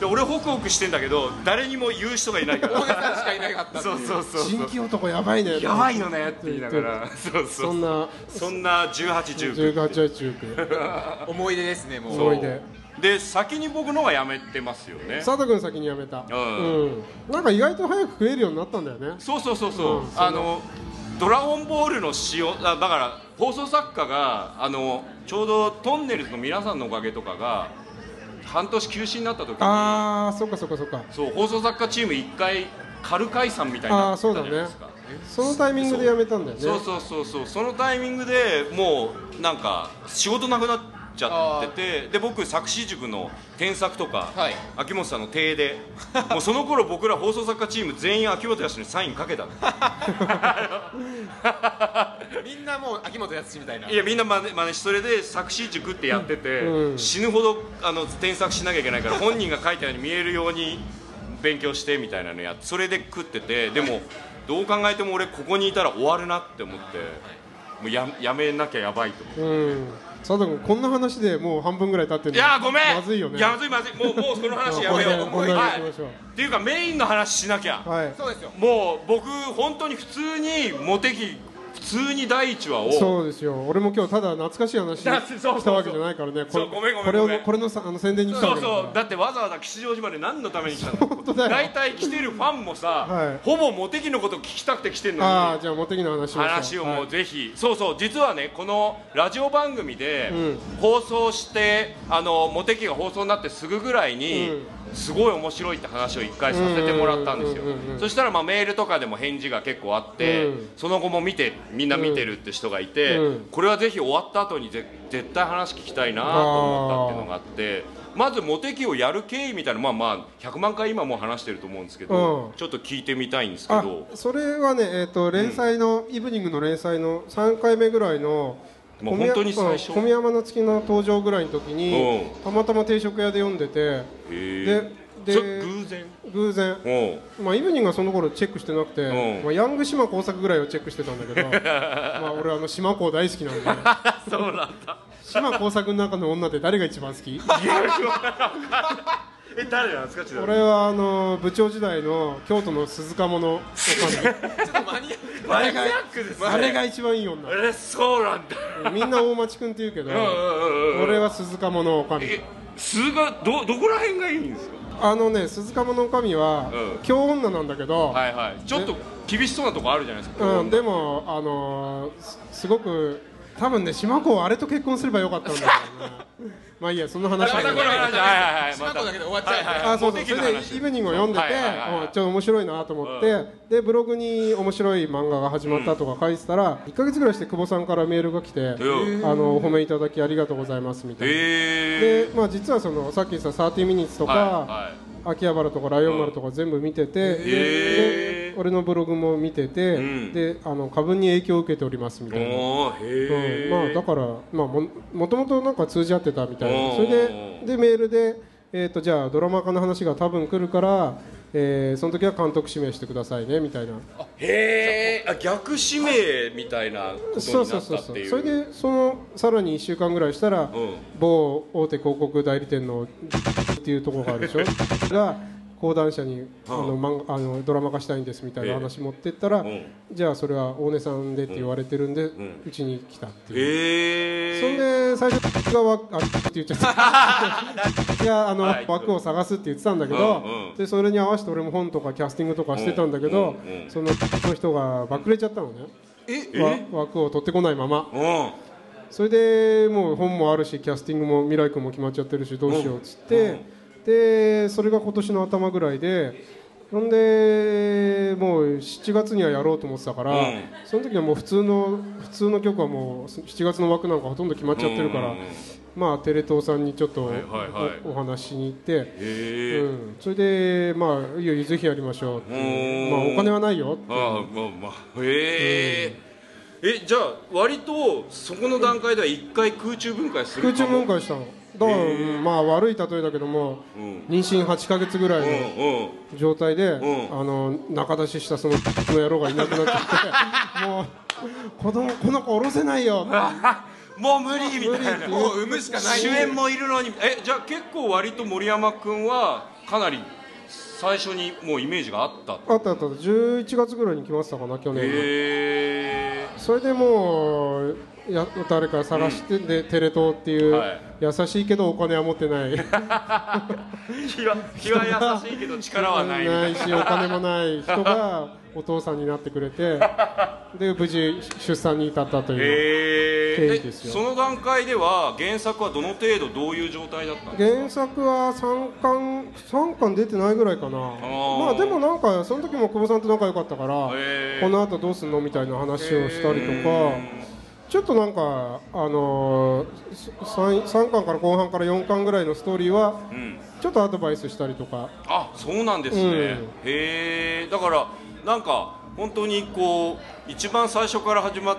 S1: で俺ホクホクしてんだけど誰にも言う人がいないか
S3: 大
S1: ら
S3: げさんしかいなかったってい
S1: そううそうそうそ
S6: 珍
S1: う
S6: 侠男やばいね
S1: やばいよねって言いながらそうそ
S6: そん
S1: う
S6: な
S1: そんな1819
S6: 18や19
S3: 思い出ですねもう
S6: 思い出
S1: で先に僕のはやめてますよね
S6: 佐藤君先にやめた、
S1: ん
S6: うんなんか意外と早く食えるようになったんだよね
S1: そうそうそうそう、
S6: うん
S1: あのドラゴンボールの使用あだから放送作家があのちょうどトンネルズの皆さんのおかげとかが半年休止になった時に
S6: ああそっかそっかそっか
S1: そう放送作家チーム1回軽解散みたいになったじゃないですか
S6: そのタイミングでやめたんだよね
S1: そうそうそうそうそのタイミングでもうなんか仕事なくなっちゃっててで僕作詞塾の添削とか、
S3: はい
S1: 秋元さんの手でもうその頃僕ら放送作家チーム全員秋元康にサインかけたの
S3: みんなもう秋元康みたいない
S1: やみんな真似真似しそれで作詞塾ってやってて、
S6: うん
S1: 死ぬほどあの添削しなきゃいけないから本人が書いたように見えるように勉強してみたいなのやってそれで食っててでもどう考えても俺ここにいたら終わるなって思ってもうややめなきゃやばいと思って。
S6: うん佐藤君こんな話でもう半分ぐらい経ってる
S1: いやーごめん
S6: まずいよね
S1: いやまずいまずいもうもうその話やめよう
S6: 本題
S1: はい
S6: 本題行きましょう
S1: っていうかメインの話しなきゃ、
S6: はい
S3: そうですよ
S1: もう僕本当に普通にモテ期普通に第一話を
S6: そうですよ俺も今日ただ懐かしい話
S1: だ <laughs> そうそうそう
S6: したわけじゃないからねこ
S1: そ
S6: れ
S1: うごめんごめん
S6: これを
S1: ごめん
S6: これのさあの宣伝に来た
S1: そ
S6: わ
S1: う
S6: けだ
S1: そう
S6: か
S1: だってわざわざ吉祥寺まで何のために来た
S6: ら
S1: の
S6: 本当だ
S1: 大
S6: よ
S1: 体来てるファンもさ、
S6: はい
S1: ほぼモテ期のこと聞きたくて来てるのに
S6: ああじゃあモテキの話を
S1: 話をもうぜひ、そうそう実はねこのラジオ番組で
S6: うん
S1: 放送して、あのモテ期が放送になってすぐぐらいに、すごい面白いって話を一回させてもらったんですよ
S6: うんうんうんうんうん
S1: そしたらまあメールとかでも返事が結構あって、
S6: うん
S1: その後も見てみんな見てるって人がいて、
S6: うん
S1: これはぜひ終わった後にぜ絶対話聞きたいなと思ったっていうのがあってまずモテ期をやる経緯みたいなまあまあ100万回今もう話してると思うんですけど、
S6: うん
S1: ちょっと聞いてみたいんですけ
S6: あ
S1: ど。
S6: それはねえっ、と連載の、イブニングの連載の3回目ぐらいの
S1: もう
S6: 小
S1: 本
S6: 宮
S1: 当に最初
S6: うん小宮山の月の登場ぐらいの時に、
S1: う
S6: たまたま定食屋で読んでて
S1: へー
S6: でで
S1: それ偶然
S6: 偶然
S1: おう
S6: まあ、イブニングはその頃チェックしてなくて、
S1: うん
S6: まあ、ヤング島工作ぐらいをチェックしてたんだ
S1: <laughs>
S6: けどまあ俺あの島工大好きなんでそうなんだ島工作の中の女って誰が一番好き
S1: え誰なんですかちなみに
S6: 俺はあの部長時代の京都の鈴鹿もの
S1: <laughs>
S3: ちょっとマニアック
S1: マニアックですね
S6: あれが一番いい女
S1: えそうなんだ
S6: みんな大町君って言うけど
S1: うんうん
S6: 俺は鈴鹿ものおかみ
S1: え数がどどこら辺がいいんですか
S6: あのね鈴鹿ものおかみは、
S1: うん
S6: 京女なんだけど、
S1: はいはいちょっと厳しそうなとこあるじゃないですか、
S6: うん、でも、あのーすすごく多分ね島子はあれと結婚すればよかったん
S1: <laughs>
S6: だけどねまあいいやその話
S1: またこの話はいはいはい
S3: 島子だけで終わっち
S1: はいはい
S3: ゃう
S6: あそうそう
S1: モテ
S6: そ
S1: 期
S6: れ
S1: の
S6: で
S1: 話
S6: イブニングを読んでて、
S1: はいはいはいはい
S6: うんちょっと面白いなと思って、でブログに面白い漫画が始まったとか書いてたら、1か月ぐらいして久保さんからメールが来て、
S1: ん
S6: あのお褒めいただきありがとうございますみたいな、
S1: え
S6: でまあ、実はそのさっき言った「30ミニッツとか、
S1: は
S6: 秋葉原とかライオン丸とか全部見てて、で
S1: へー
S6: で俺のブログも見てて、
S1: ん
S6: であの株に影響を受けておりますみ
S1: い
S6: た
S1: はい
S6: いな。
S1: おーへ
S6: う
S1: え、
S6: んまあ、だから、まあ、ももともとなんか通じ合ってたみたいな
S1: おー
S6: それででメールで、えー、とじゃあドラマ化の話が多分来るから、えーその時は監督指名してくださいねみたいな
S1: へえあ逆指名みたいなことに
S6: そうそ
S1: な
S6: う
S1: っ
S6: そう
S1: た
S6: そ
S1: っ
S6: う
S1: ていう
S6: それでそのさらに1週間ぐらいしたら、 <laughs> 某大手広告代理店のっていうところがあるでしょが講談社にあの漫画あのドラマ化したいんですみたいな話持ってったら、
S1: ん
S6: じゃあそれは大根さんでって言われてるんでうち、に来たっていう、そん
S1: え
S6: で最初がわあって言っちゃった <laughs> いやあの、枠を探すって言ってたんだけど、でそれに合わせて俺も本とかキャスティングとかしてたんだけど、そのその人がバックれちゃったのね、わ枠を取ってこないまま
S1: ー、うん
S6: それでもう本もあるしキャスティングも未来君も決まっちゃってるしどうしようっつって、でそれが今年の頭ぐらいでほんでもう7月にはやろうと思ってたから、その時はもう普通の普通の曲はもう7月の枠なんかほとんど決まっちゃってるから、まあテレ東さんにちょっとお,、お話ししに行って、うん、それでまあいいよぜひやりましょうっていうまあお金はないよって
S1: ああまあまあへええじゃあ割とそこの段階では一回空中分解する
S6: 空
S1: か
S6: 中
S1: も
S6: 分解したのだから、うんまあ悪い例えだけども、妊娠8か月ぐらいの、
S1: うん
S6: 状態で、あの仲出ししたそのの野郎がいなくなっちゃ
S1: <laughs>
S6: ってもう子供この子下ろせないよ
S1: もう無理みたいな
S3: もう産むしかない
S1: 主演もいるのにえじゃあ結構割と森山君はかなり最初にもうイメージがあった
S6: あったあった11月ぐらいに来ましたかな去年の
S1: へえ
S6: それでもうや誰か探して、でテレ東っていう、
S1: はい
S6: 優しいけどお金は持ってない
S1: 気は気は優しいけど力はないみたいな
S6: ないしお金もない人がお父さんになってく
S1: <laughs>
S6: れてで無事出産に至ったという、
S1: へ
S6: 経
S1: え
S6: 緯ですよ
S1: その段階では原作はどの程度どういう状態だったんです
S6: 原作は3巻3巻出てないぐらいかなまあでもなんかその時も久保さんと仲良かったから
S1: へー
S6: この後どうすんのみたいな話をしたりとかちょっとなんかあの 3, 巻から後半から4巻ぐらいのストーリーはちょっとアドバイスしたりとか
S1: あそうなんですね、
S6: うん
S1: へえだからなんか本当にこう一番最初から始まっ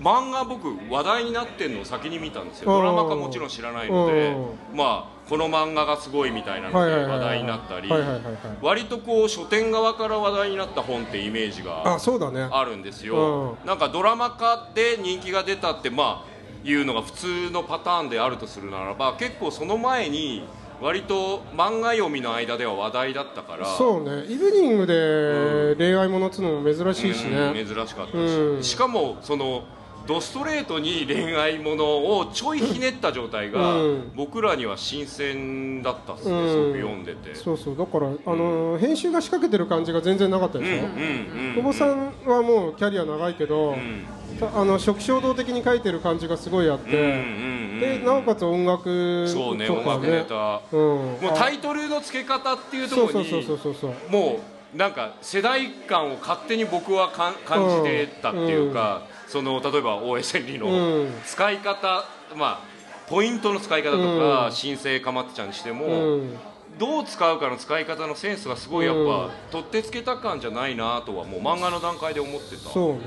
S1: 漫画僕話題になってんのを先に見たんですよ
S6: あー
S1: ドラマ化もちろん知らないのでまあこの漫画がすごいみたいなの
S6: はい
S1: で
S6: はいはいはい
S1: 話題になったり
S6: はいはいはいはい
S1: 割とこう書店側から話題になった本ってイメージが
S6: あそうだね
S1: あるんですよ
S6: う
S1: なんかドラマ化で人気が出たってまあいうのが普通のパターンであるとするならば結構その前に割と漫画読みの間では話題だったから
S6: そうねイブニングで恋愛ものっつうのも珍しい
S1: う
S6: し
S1: ん
S6: ね
S1: 珍しかったし、
S6: うん
S1: しかもそのドストレートに恋愛ものをちょいひねった状態が
S6: うん
S1: 僕らには新鮮だったっすね、
S6: うん
S1: すごく読んでて
S6: そうそうだからあの編集が仕掛けてる感じが全然なかったでし
S1: う
S6: ょ
S1: ん
S6: 久保さんはもうキャリア長いけど、たあの初期衝動的に書いてる感じがすごいあって、でなおかつ音楽
S1: うん
S6: とか
S1: そう
S6: ね
S1: ね音楽ネタ
S6: うん、も
S1: もうタイトルの付け方っていうと
S6: そう
S1: こ
S6: そ
S1: ろ
S6: うそう
S1: に
S6: そうそうそう
S1: もうなんか世代間を勝手に僕はかん感じてたっていうか、その例えば大江千里
S6: う
S1: の
S6: ん
S1: 使い方、まあポイントの使い方とか、
S6: うん
S1: 新生かまってちゃんにしても、
S6: うん
S1: どう使うかの使い方のセンスがすごいやっぱ、取ってつけた感じゃないなとはもう漫画の段階で思ってた
S6: そうね、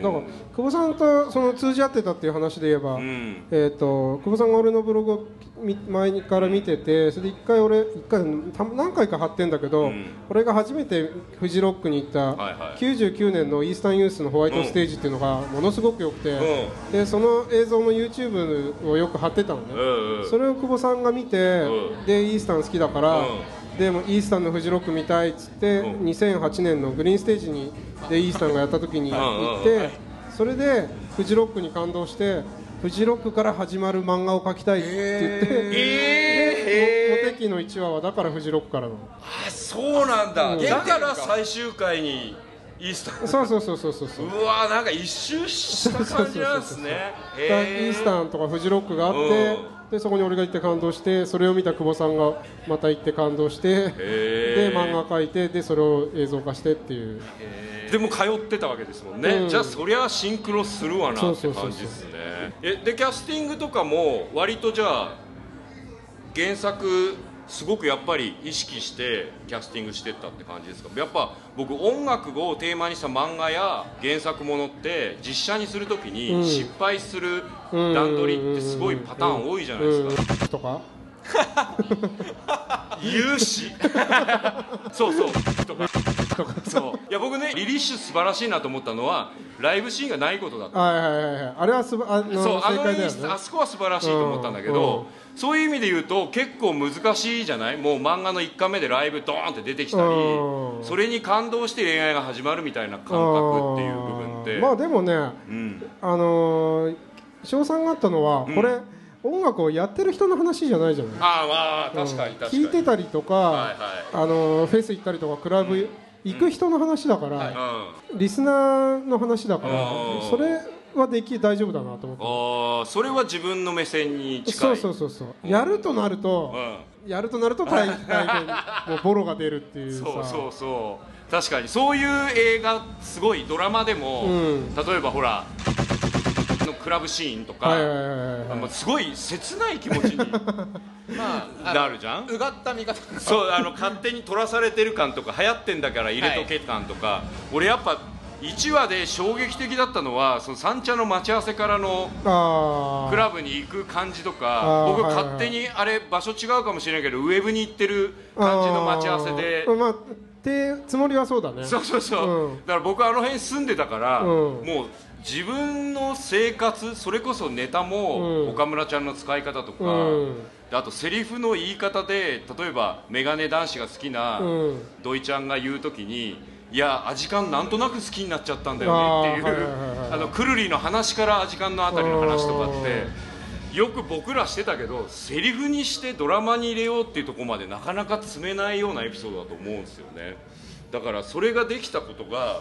S6: だから久保さんとその通じ合ってたっていう話で言えば、
S1: ん
S6: えー、と久保さんが俺のブログをみ前にから見ててそれで一回俺一回た何回か貼ってんだけど、俺が初めてフジロックに行った
S1: はいはい
S6: 99年のイースタンユースのホワイトステージっていうのがものすごく良くて、でその映像の YouTube をよく貼ってたのね、それを久保さんが見て、でイースタン好きだから、でもイースタンのフジロック見たいっつって、2008年のグリーンステージにでイースタンがやった時に行ってそれでフジロックに感動してフジロックから始まる漫画を描きたいって言って、でモモテキの1話はだからフジロックからの
S1: そうなんだ、
S6: うん
S1: だから最終回にイースター
S6: そうそうそうそうそうそう
S1: うわーなんか一周した感じなん
S6: <laughs>
S1: ですね
S6: イースタンとかフジロックがあって、でそこに俺が行って感動してそれを見た久保さんがまた行って感動して、で漫画描いてでそれを映像化してっていう
S1: でも通ってたわけですもんね、
S6: うん
S1: じゃあそりゃシンクロするわな
S6: そう
S1: っ
S6: そ
S1: て
S6: うそうそう
S1: 感じですねえでキャスティングとかも割とじゃあ原作すごくやっぱり意識してキャスティングしてったって感じですかやっぱ僕音楽をテーマにした漫画や原作ものって実写にするときに失敗する段取りってすごいパターン多いじゃないですか
S6: とか
S1: 有志そうそうとかそういや僕ねリリッシュ素晴らしいなと思ったのはライブシーンがないことだった
S6: はいはいはいはいあれはすばあの
S1: そうあ
S6: 正
S1: の
S6: 解だよ
S1: 演出あ
S6: ね
S1: そこは素晴らしいと思ったんだけど、そういう意味で言うと結構難しいじゃないもう漫画の1巻目でライブドーンって出てきたり、
S6: うん
S1: それに感動して恋愛が始まるみたいな感覚っていう部分って、
S6: あーまあでもねあ
S1: うん、
S6: のー賞賛があったのは、これ音楽をやってる人の話じゃないじゃない
S1: あーまあ確かに確かに、
S6: 聞いてたりとか、
S1: いはい
S6: あのーフェス行ったりとかクラブ行く人の話だから、
S1: うん
S6: リスナーの話だから
S1: うん
S6: それはでき大丈夫だなと思って
S1: あーそれは自分の目線に近い
S6: そうそうそうそうやるとなると、やるとなる
S1: <laughs>
S6: と大大変もうボロが出るっていうさ
S1: そうそうそう確かにそういう映画すごいドラマでも、
S6: うん
S1: 例えばほらのクラブシーンとか、
S6: はいはいはいはい、
S1: もうすごい切ない気持
S6: <laughs>
S1: ちに
S3: まああの
S1: なるじゃん
S3: うがった見方
S1: そうあの勝手に取らされてる感とか流行ってんだから入れとけ感とか、俺やっぱ1話で衝撃的だったのはその三茶の待ち合わせからの
S6: あー
S1: クラブに行く感じとか
S6: あー
S1: 僕
S6: はいはい
S1: 勝手にあれ場所違うかもしれないけどウェブに行ってる感じの待ち合わせで
S6: あーまあってつもりはそうだね
S1: そうそうそう、
S6: うん
S1: だから僕あの辺住んでたから、
S6: うん
S1: もう自分の生活それこそネタも、
S6: うん
S1: 岡村ちゃんの使い方とか、
S6: うん
S1: であとセリフの言い方で例えばメガネ男子が好きな
S6: うん
S1: 土井ちゃんが言う時に「いやアジカンなんとなく好きになっちゃったんだよね」って
S6: あ
S1: い
S6: ーはいはいは
S1: う
S6: い
S1: <laughs> あのくるりの話からアジカンのあたりの話とかっ
S6: う
S1: て。よく僕らしてたけどセリフにしてドラマに入れようっていうところまでなかなか詰めないようなエピソードだと思うんですよねだからそれができたことが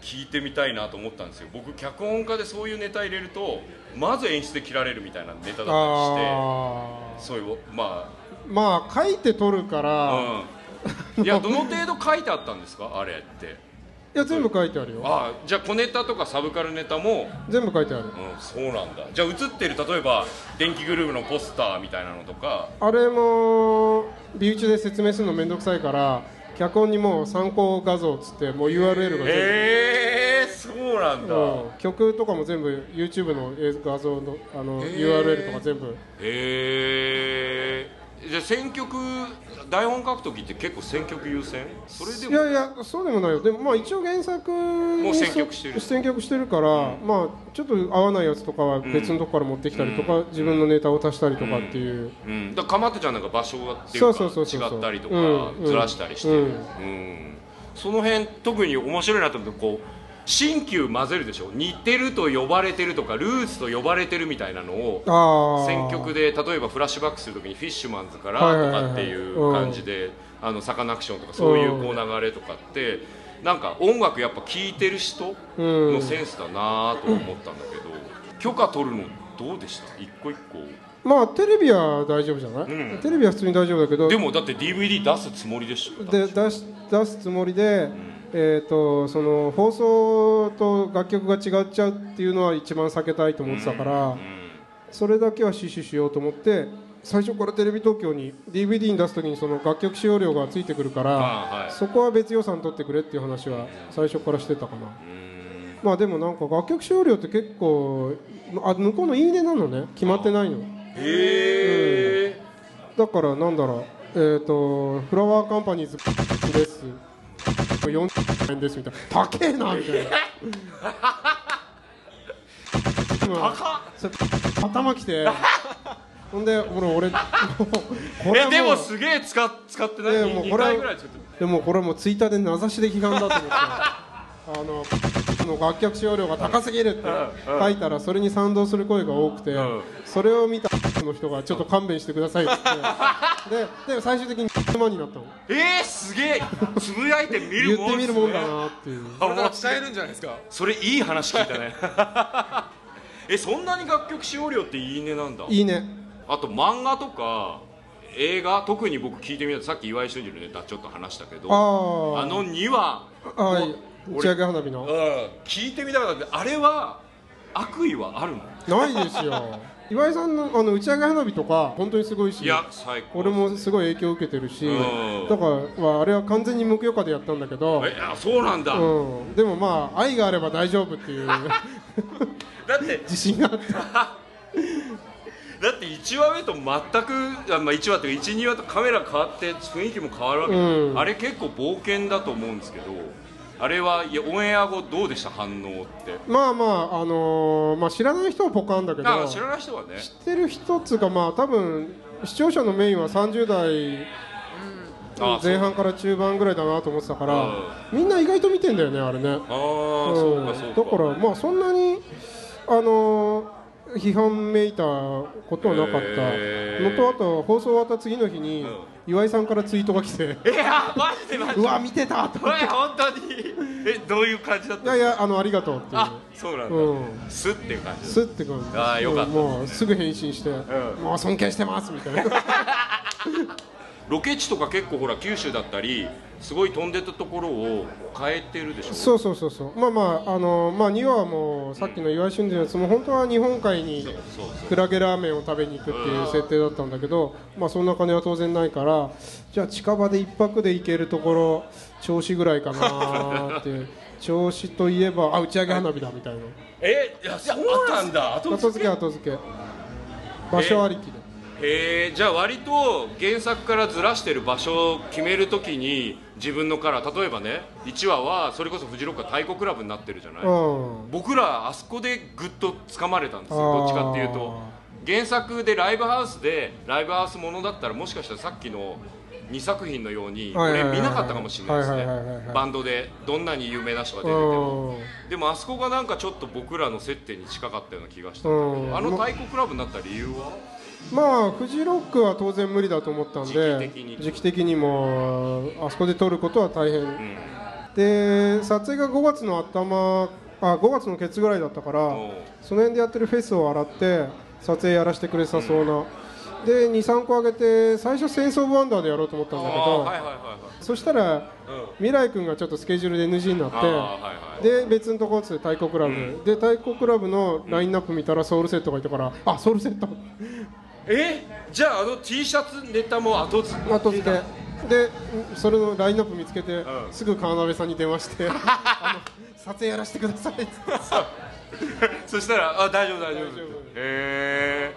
S1: 聞いてみたいなと思ったんですよ僕脚本家でそういうネタ入れるとまず演出で切られるみたいなネタだったりして
S6: あ
S1: そういうまあ
S6: ーまあ書いて取るから、
S1: う
S6: い
S1: ん、いやどの程度書いてあったんですかあれって
S6: や全部書いてあるよ
S1: ああじゃあ小ネタとかサブカルネタも、
S6: 全部書いてある
S1: うん、そうなんだじゃあ映ってる例えば電気グルーヴのポスターみたいなのとか
S6: あれも身内で説明するの面倒くさいから脚本にもう参考画像っつってもう URL が全部、
S1: ええそうなんだ、
S6: うん曲とかも全部 YouTube の映像画像のあの、URL とか全部
S1: へえじゃあ選曲台本書く時って結構選曲優先それで
S6: い
S1: も
S6: やいやそうでもないよでもまあ一応原作も
S1: う選曲してる
S6: 選曲してるから、まあちょっと合わないやつとかは別のとこから持ってきたりとか、自分のネタを足したりとかっていう、
S1: うん、だからかまってちゃんなんか場所がってい
S6: そう
S1: う
S6: そ
S1: か
S6: うそうそうそう
S1: 違ったりとか、
S6: うんうん
S1: ずらしたりしてる、
S6: う
S1: うんんその辺特に面白いなと思ってこう新旧混ぜるでしょ似てると呼ばれてるとかルーツと呼ばれてるみたいなのを
S6: ああ
S1: 選曲で例えばフラッシュバックするときに「フィッシュマンズ」から
S6: はいはい
S1: と
S6: はい
S1: かっていう感じで「あのサカナクション」とかそういうこう流れとかってなんか音楽やっぱ聴いてる人のセンスだなと思ったんだけど、許可取るのどうでした一個一個
S6: まあテレビは大丈夫じゃない、テレビは普通に大丈夫だけど
S1: でもだって DVD 出すつもりでしょ
S6: で出し出すつもりで、えー、とその放送と楽曲が違っちゃうっていうのは一番避けたいと思ってたから、それだけは死守しようと思って最初からテレビ東京に DVD に出す時にその楽曲使用料がついてくるから、
S1: あはい
S6: そこは別予算取ってくれっていう話は最初からしてたかな、まあでもなんか楽曲使用料って結構あ向こうのいいねなのね決まってないの。
S1: へえ
S6: だからなんだろうえっ、とフラワーカンパニーズです40円ですみたいな高えなみたいな高っ頭きてほんで俺俺もうこ
S1: え
S6: う
S1: でもすげえ使っ使ってない
S6: でもう
S1: 2
S6: これ
S1: 回ぐらい使ってる
S6: でもこれはもうツイッターで名指しで批判だと思ってあのこの楽曲使用量が高すぎるって書いたらそれに賛同する声が多くて
S1: ん
S6: それを見たの人がちょっと勘弁してくださいって言ってでで最終的に1万になったの
S1: えー、すげえつぶやいて見
S6: 言
S1: る
S6: っ
S1: もん
S6: てみ
S1: っ
S6: る
S1: す
S6: も
S1: ね
S6: んだなっていう
S1: あ
S3: これ
S1: 面白い
S3: 伝えるんじゃないですか
S1: それいい話聞いたね <laughs> えそんなに楽曲使用料っていいねなんだ
S6: いいね
S1: あと漫画とか映画特に僕聞いてみたとさっき岩井俊二のネタちょっと話したけど
S6: あー
S1: あの2話
S6: あー打ち上げ花火
S1: うん
S6: の
S1: 聞いてみたかったんであれは悪意はあるの
S6: ないですよ岩井さんのあの打ち上げ花火とか本当にすごいし
S1: いや最高
S6: 俺もすごい影響を受けてるし
S1: うん
S6: だからはあれは完全に無許可でやったんだけど
S1: えあそうなんだ、
S6: うん、でもまあ愛があれば大丈夫っていう
S1: だって
S6: 自信があって
S1: だって1話目と全くあ、まあ、1話というか12話とカメラ変わって雰囲気も変わるわけで、
S6: うん
S1: あれ結構冒険だと思うんですけどあれはいやオンエア後どうでした反応って
S6: まあまああのーまあ知らない人はポカンだけ
S1: あ
S6: ど
S1: 知らない人はね
S6: 知ってる人っつうかまあ多分視聴者のメインは30代
S1: あ
S6: 前半から中盤ぐらいだなと思ってたか
S1: う
S6: らみんな意外と見てんだよねあれね
S1: ああ、
S6: うん
S1: そうかそうか
S6: だからまあそんなにあのー批判めいたことはなかった
S1: へー
S6: のとあと放送終わった次の日に岩井さんからツイートが来て
S1: <laughs> いやマジでマジで
S6: うわ見てたと
S1: おい本当にえどういう感じだっ
S6: い
S1: た
S6: やいやあのありがとうっていう
S1: あそうなんだ、
S6: うん
S1: すっていう感じだ
S6: すって感じ
S1: あーよかったですね
S6: もうすぐ返信して、もう尊敬してますみたいな
S1: ロケ地とか結構ほら九州だったりすごい飛んでたところを変えてるでしょ
S6: そうそうそうそうまあまああのまあ2話はもうさっきの岩井俊二のやつも本当は日本海にクラゲラーメンを食べに行くっていう設定だったんだけど、まあそんな金は当然ないからじゃあ近場で一泊で行けるところ銚子ぐらいかなーって銚子といえばあ打ち上げ花火だみたいな
S1: えいやそうなんだ後
S6: 後付け後付け場所ありきで、
S1: へえじゃあ割と原作からずらしてる場所を決めるときに自分のカラー例えばね1話はそれこそフジロッカー太鼓クラブになってるじゃない、
S6: うん
S1: 僕らあそこでぐっとつかまれたんですよ
S6: あー
S1: どっちかっていうと原作でライブハウスでライブハウスものだったらもしかしたらさっきの2作品のように
S6: はいはい
S1: 俺
S6: はいはい
S1: 見なかったかもしれないです
S6: はいはいはいはいは
S1: ね
S6: い
S1: バンドでどんなに有名な人が出てても
S6: うん
S1: でもあそこがなんかちょっと僕らの接点に近かったような気がしたんだけ
S6: うん
S1: どあの太鼓クラブになった理由は
S6: まあフジロックは当然無理だと思ったんで
S1: 時期的に
S6: もあそこで撮ることは大変、で撮影が5月の頭あ5月のケツぐらいだったから
S1: ん
S6: その辺でやってるフェスを洗って撮影やらせてくれさそうな、で23個上げて最初「センス・オブ・ワンダー」でやろうと思ったんだけ
S1: あ
S6: ど、
S1: あはいはいはいはい
S6: そしたら、未来君がちょっとスケジュールで NG になって、
S1: ああはいはい
S6: で別のとこっつって太鼓クラブ、で太鼓クラブのラインナップ見たらソウルセットがいたからあソウルセット
S1: えじゃああの T シャツネタも後付け
S6: 後付けでそれのラインナップ見つけて、すぐ川辺さんに電話し
S1: <laughs>
S6: てあの撮影やらせてくださいって
S1: <laughs> そしたら「あ大丈夫大丈夫」
S6: 大丈夫
S1: へえ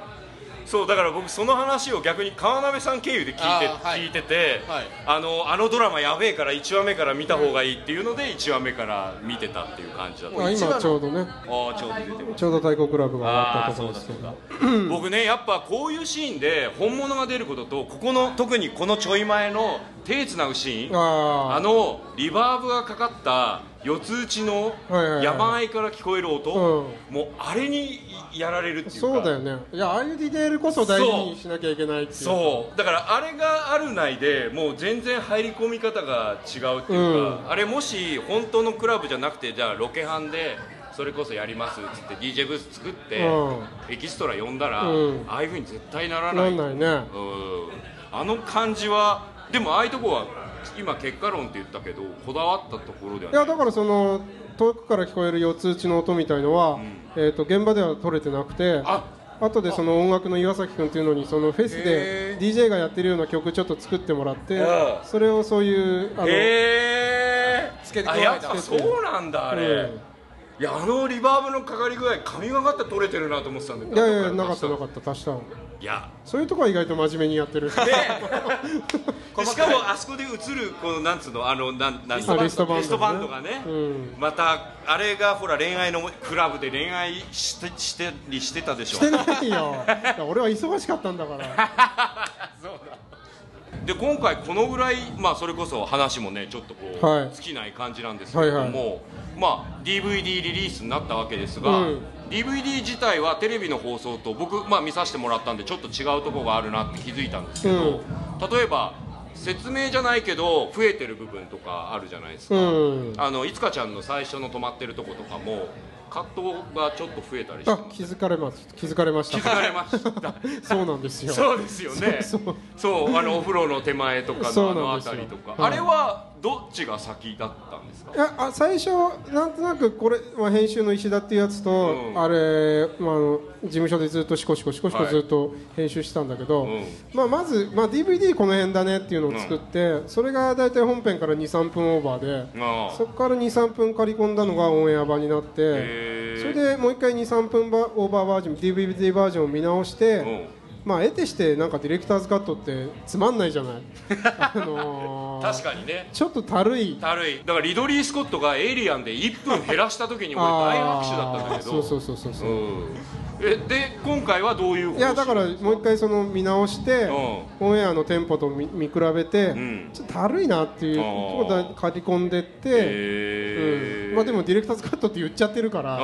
S1: そうだから僕その話を逆に川鍋さん経由で聞いて,、
S3: あーはい
S1: 聞いてて、
S3: はい
S1: あのあのドラマやべえから1話目から見た方がいいっていうので1話目から見てたっていう感じだった
S6: あ今ちょうどね
S1: ああちょうど出てます
S6: ちょうど太鼓クラブが終わった
S1: あ
S6: ところですけど
S1: 僕ねやっぱこういうシーンで本物が出ることとここの特にこのちょい前の手つなぐシーン
S6: あー
S1: あのリバーブがかかった四つ打ちの
S6: はいはいはい
S1: 山あいから聞こえる音、
S6: う
S1: もうあれにやられるっていうか
S6: そうだよねいやああいうディテールこそ大事にしなきゃいけないっていう
S1: そうだからあれがあるないでもう全然入り込み方が違うっていうか、あれもし本当のクラブじゃなくてじゃあロケハンでそれこそやりますっつって DJ ブース作って、
S6: う
S1: エキストラ呼んだら、
S6: うん
S1: ああいうふうに絶対ならな
S6: ないんないね
S1: うんあの感じはでもああいうとこは今結果論って言ったけどこだわったところではい
S6: やだからその遠くから聞こえる四つ打ちの音みたいのは、えー、と現場では取れてなくて
S1: あ
S6: 後でその音楽の岩崎君っていうのにそのフェスで DJ がやってるような曲ちょっと作ってもらって
S1: うん
S6: それをそういうあの、
S1: へえつ
S5: けて
S1: あ
S5: こら
S1: や
S5: れ
S1: ったぱそうなんだあれ、
S6: うん
S1: いやあのリバーブのかかり具合神がかった取れてるなと思ってたんだけ
S6: い
S1: ど
S6: やいやなかったなか
S1: っ
S6: った足したの
S1: たいや
S6: そういうとこは意外と真面目にやってる
S1: でしかもあそこで映るこのなんつうのあのなんなん
S6: <laughs> リストバンドね
S1: リストバンドがね、
S6: うん
S1: またあれがほら恋愛のクラブで恋愛してしてりしてたでしょ
S6: してないよいや俺は忙しかったんだから
S1: で今回このぐらい、まあ、それこそ話もねちょっとこう、
S6: はい
S1: 尽きない感じなんですけれども、まあ、DVD リリースになったわけですが、
S6: うん
S1: DVD 自体はテレビの放送と僕、まあ、見させてもらったんでちょっと違うところがあるなって気づいたんですけど、例えば説明じゃないけど増えてる部分とかあるじゃないですか、
S6: うん
S1: あのいつかちゃんの最初の止まってるとことかもカットがちょっと増え
S6: <laughs>
S1: たりして
S6: あ
S1: ます
S6: 気づかれます気づかれまし
S1: 気
S6: た
S1: づかれました。
S6: そうなんですよ
S1: そうですよね。そ
S6: そうう
S1: あのお風呂の手前とかの
S6: そ
S1: あ
S6: う
S1: の
S6: なん
S1: あ
S6: ですよ
S1: たりとか、
S6: はい
S1: あれはどっちが先だったんですか。
S6: いやあ最初なんとなくこれ、まあ、編集の石田っていうやつと、
S1: うん
S6: あれ、まあ、あの事務所でずっとシコシコシコシコずっと編集してたんだけど、
S1: ん
S6: まあ、まず、まあ、DVD この辺だねっていうのを作って、それが大体本編から23分オーバーで、
S1: ああ
S6: そこから23分刈り込んだのがオンエア版になって
S1: へ
S6: それでもう一回23分バオーバーバージョン DVD バージョンを見直して、まあ得てしてなんかディレクターズカットってつまんないじ
S1: <laughs>
S6: ゃないあのー
S1: 確かにね
S6: ちょっとたるい
S1: たるいだからリドリー・スコットが「エイリアン」で1分減らした時に俺大拍手だったんだけど
S6: あーそうそうそうそうそう、
S1: うんえで今回はどういう方針
S6: いやだからもう一回その見直して、オンエアのテンポと見見比べて、
S1: ん
S6: ちょっとだるいなっていうところで刈り込んでって、
S1: へー
S6: うんまあでもディレクターズカットって言っちゃってるから、
S1: う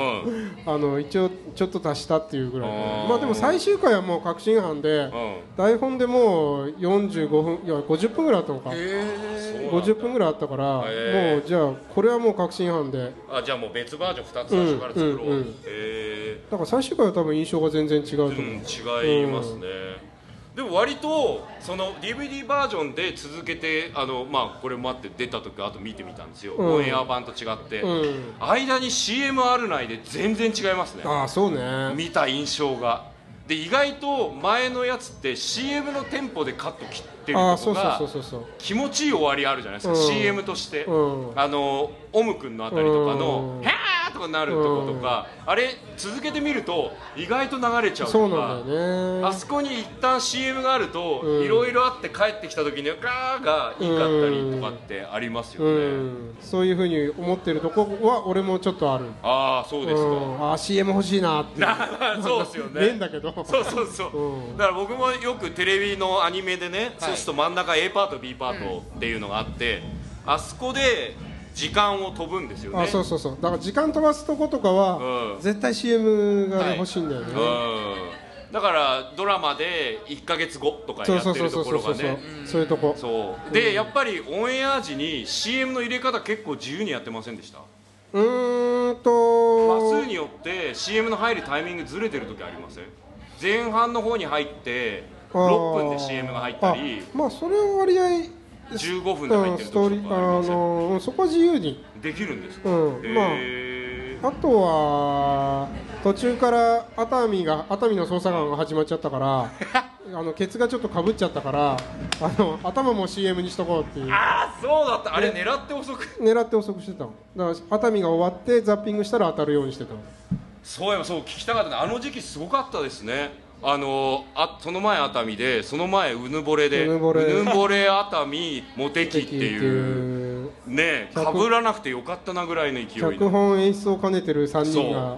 S6: あの一応ちょっと足したっていうぐらい
S1: あー
S6: まあでも最終回はもう確信犯で、
S1: う
S6: 台本でもう45分いや50分ぐらいあったのか、50分ぐらいあったから、
S1: へー
S6: もうじゃあこれはもう確信犯で
S1: あじゃあもう別バージョン2つ最初から作ろう、
S6: うんうんうん
S1: へ
S6: だから最終回は多分印象が全然違うと思う、
S1: ーうん違いますね、でも割とその DVD バージョンで続けてあの、まあ、これ待って出た時あと見てみたんですよ、
S6: ん
S1: オンエア版と違って、
S6: うん
S1: 間に CMR 内で全然違いますね
S6: ああそうね
S1: 見た印象がで意外と前のやつって CM のテンポでカット切ってる
S6: ああ
S1: とこ
S6: そうそう
S1: が
S6: そうそうそう
S1: 気持ちいい終わりあるじゃないですか、
S6: うん
S1: CM として、
S6: うん
S1: あのオム君のあたりとか
S6: う
S1: の「
S6: ん
S1: へー!」とかなるとことか、あれ続けてみると意外と流れちゃう
S6: そう
S1: と
S6: な
S1: か
S6: んだよね
S1: あそこに一旦 CM があると
S6: うん
S1: いろいろあって帰ってきた時に「ガー」がいいかったりとかってありますよ
S6: う
S1: ね、
S6: ん、そういうふうに思ってるとこは俺もちょっとある
S1: ああそうですか、
S6: うん、あー CM 欲しいなっ
S1: <laughs>
S6: て
S1: そうですよね
S6: ねえんだけど
S1: そうそうそう、
S6: うん
S1: だから僕もよくテレビのアニメでね、そうすると真ん中 A パート B パートっていうのがあって、あそこで時間を飛ぶんですよね
S6: あそうそうそうだから時間飛ばすとことかは、
S1: うん
S6: 絶対 CM がね欲しいんだよね、
S1: うん、だからドラマで1か月後とか
S6: そう
S1: や
S6: そ
S1: っ
S6: う
S1: て
S6: そう
S1: る
S6: そ
S1: と
S6: う
S1: ころ
S6: そうそ
S1: が
S6: う
S1: ね
S6: そういうとこ
S1: そうでやっぱりオンエア時に CM の入れ方結構自由にやってませんでした
S6: うーんと
S1: 話数によって CM の入るタイミングずれてる時ありません前半の方に入って
S6: あー
S1: 6分で CM が入ったり
S6: あまあそれは割合
S1: 15分で入
S6: う
S1: っ
S6: ん
S1: てる
S6: ストーリ
S1: 時
S6: ー
S1: とか
S6: あ
S1: ありません
S6: のうんそこは自由に
S1: できるんですか、
S6: うんまあ
S1: へー
S6: あとは途中から熱海が熱海の捜査官が始まっちゃったから
S1: <laughs>
S6: あのケツがちょっとかぶっちゃったからあの頭も CM にしとこうっていう
S1: あそうだったあれ狙って遅く
S6: 狙って遅くしてたのだから熱海が終わってザッピングしたら当たるようにしてたの
S1: そういえばそう聞きたかったねあの時期すごかったですねあのあその前熱海でその前うぬぼれで
S6: うぬぼれ
S1: うぬぼれ熱海モテ期っていう
S6: う
S1: ねえ
S6: 脚
S1: かぶらなくてよかったなぐらいの勢い
S6: 脚
S1: で
S6: 本演出を兼ねてる3人が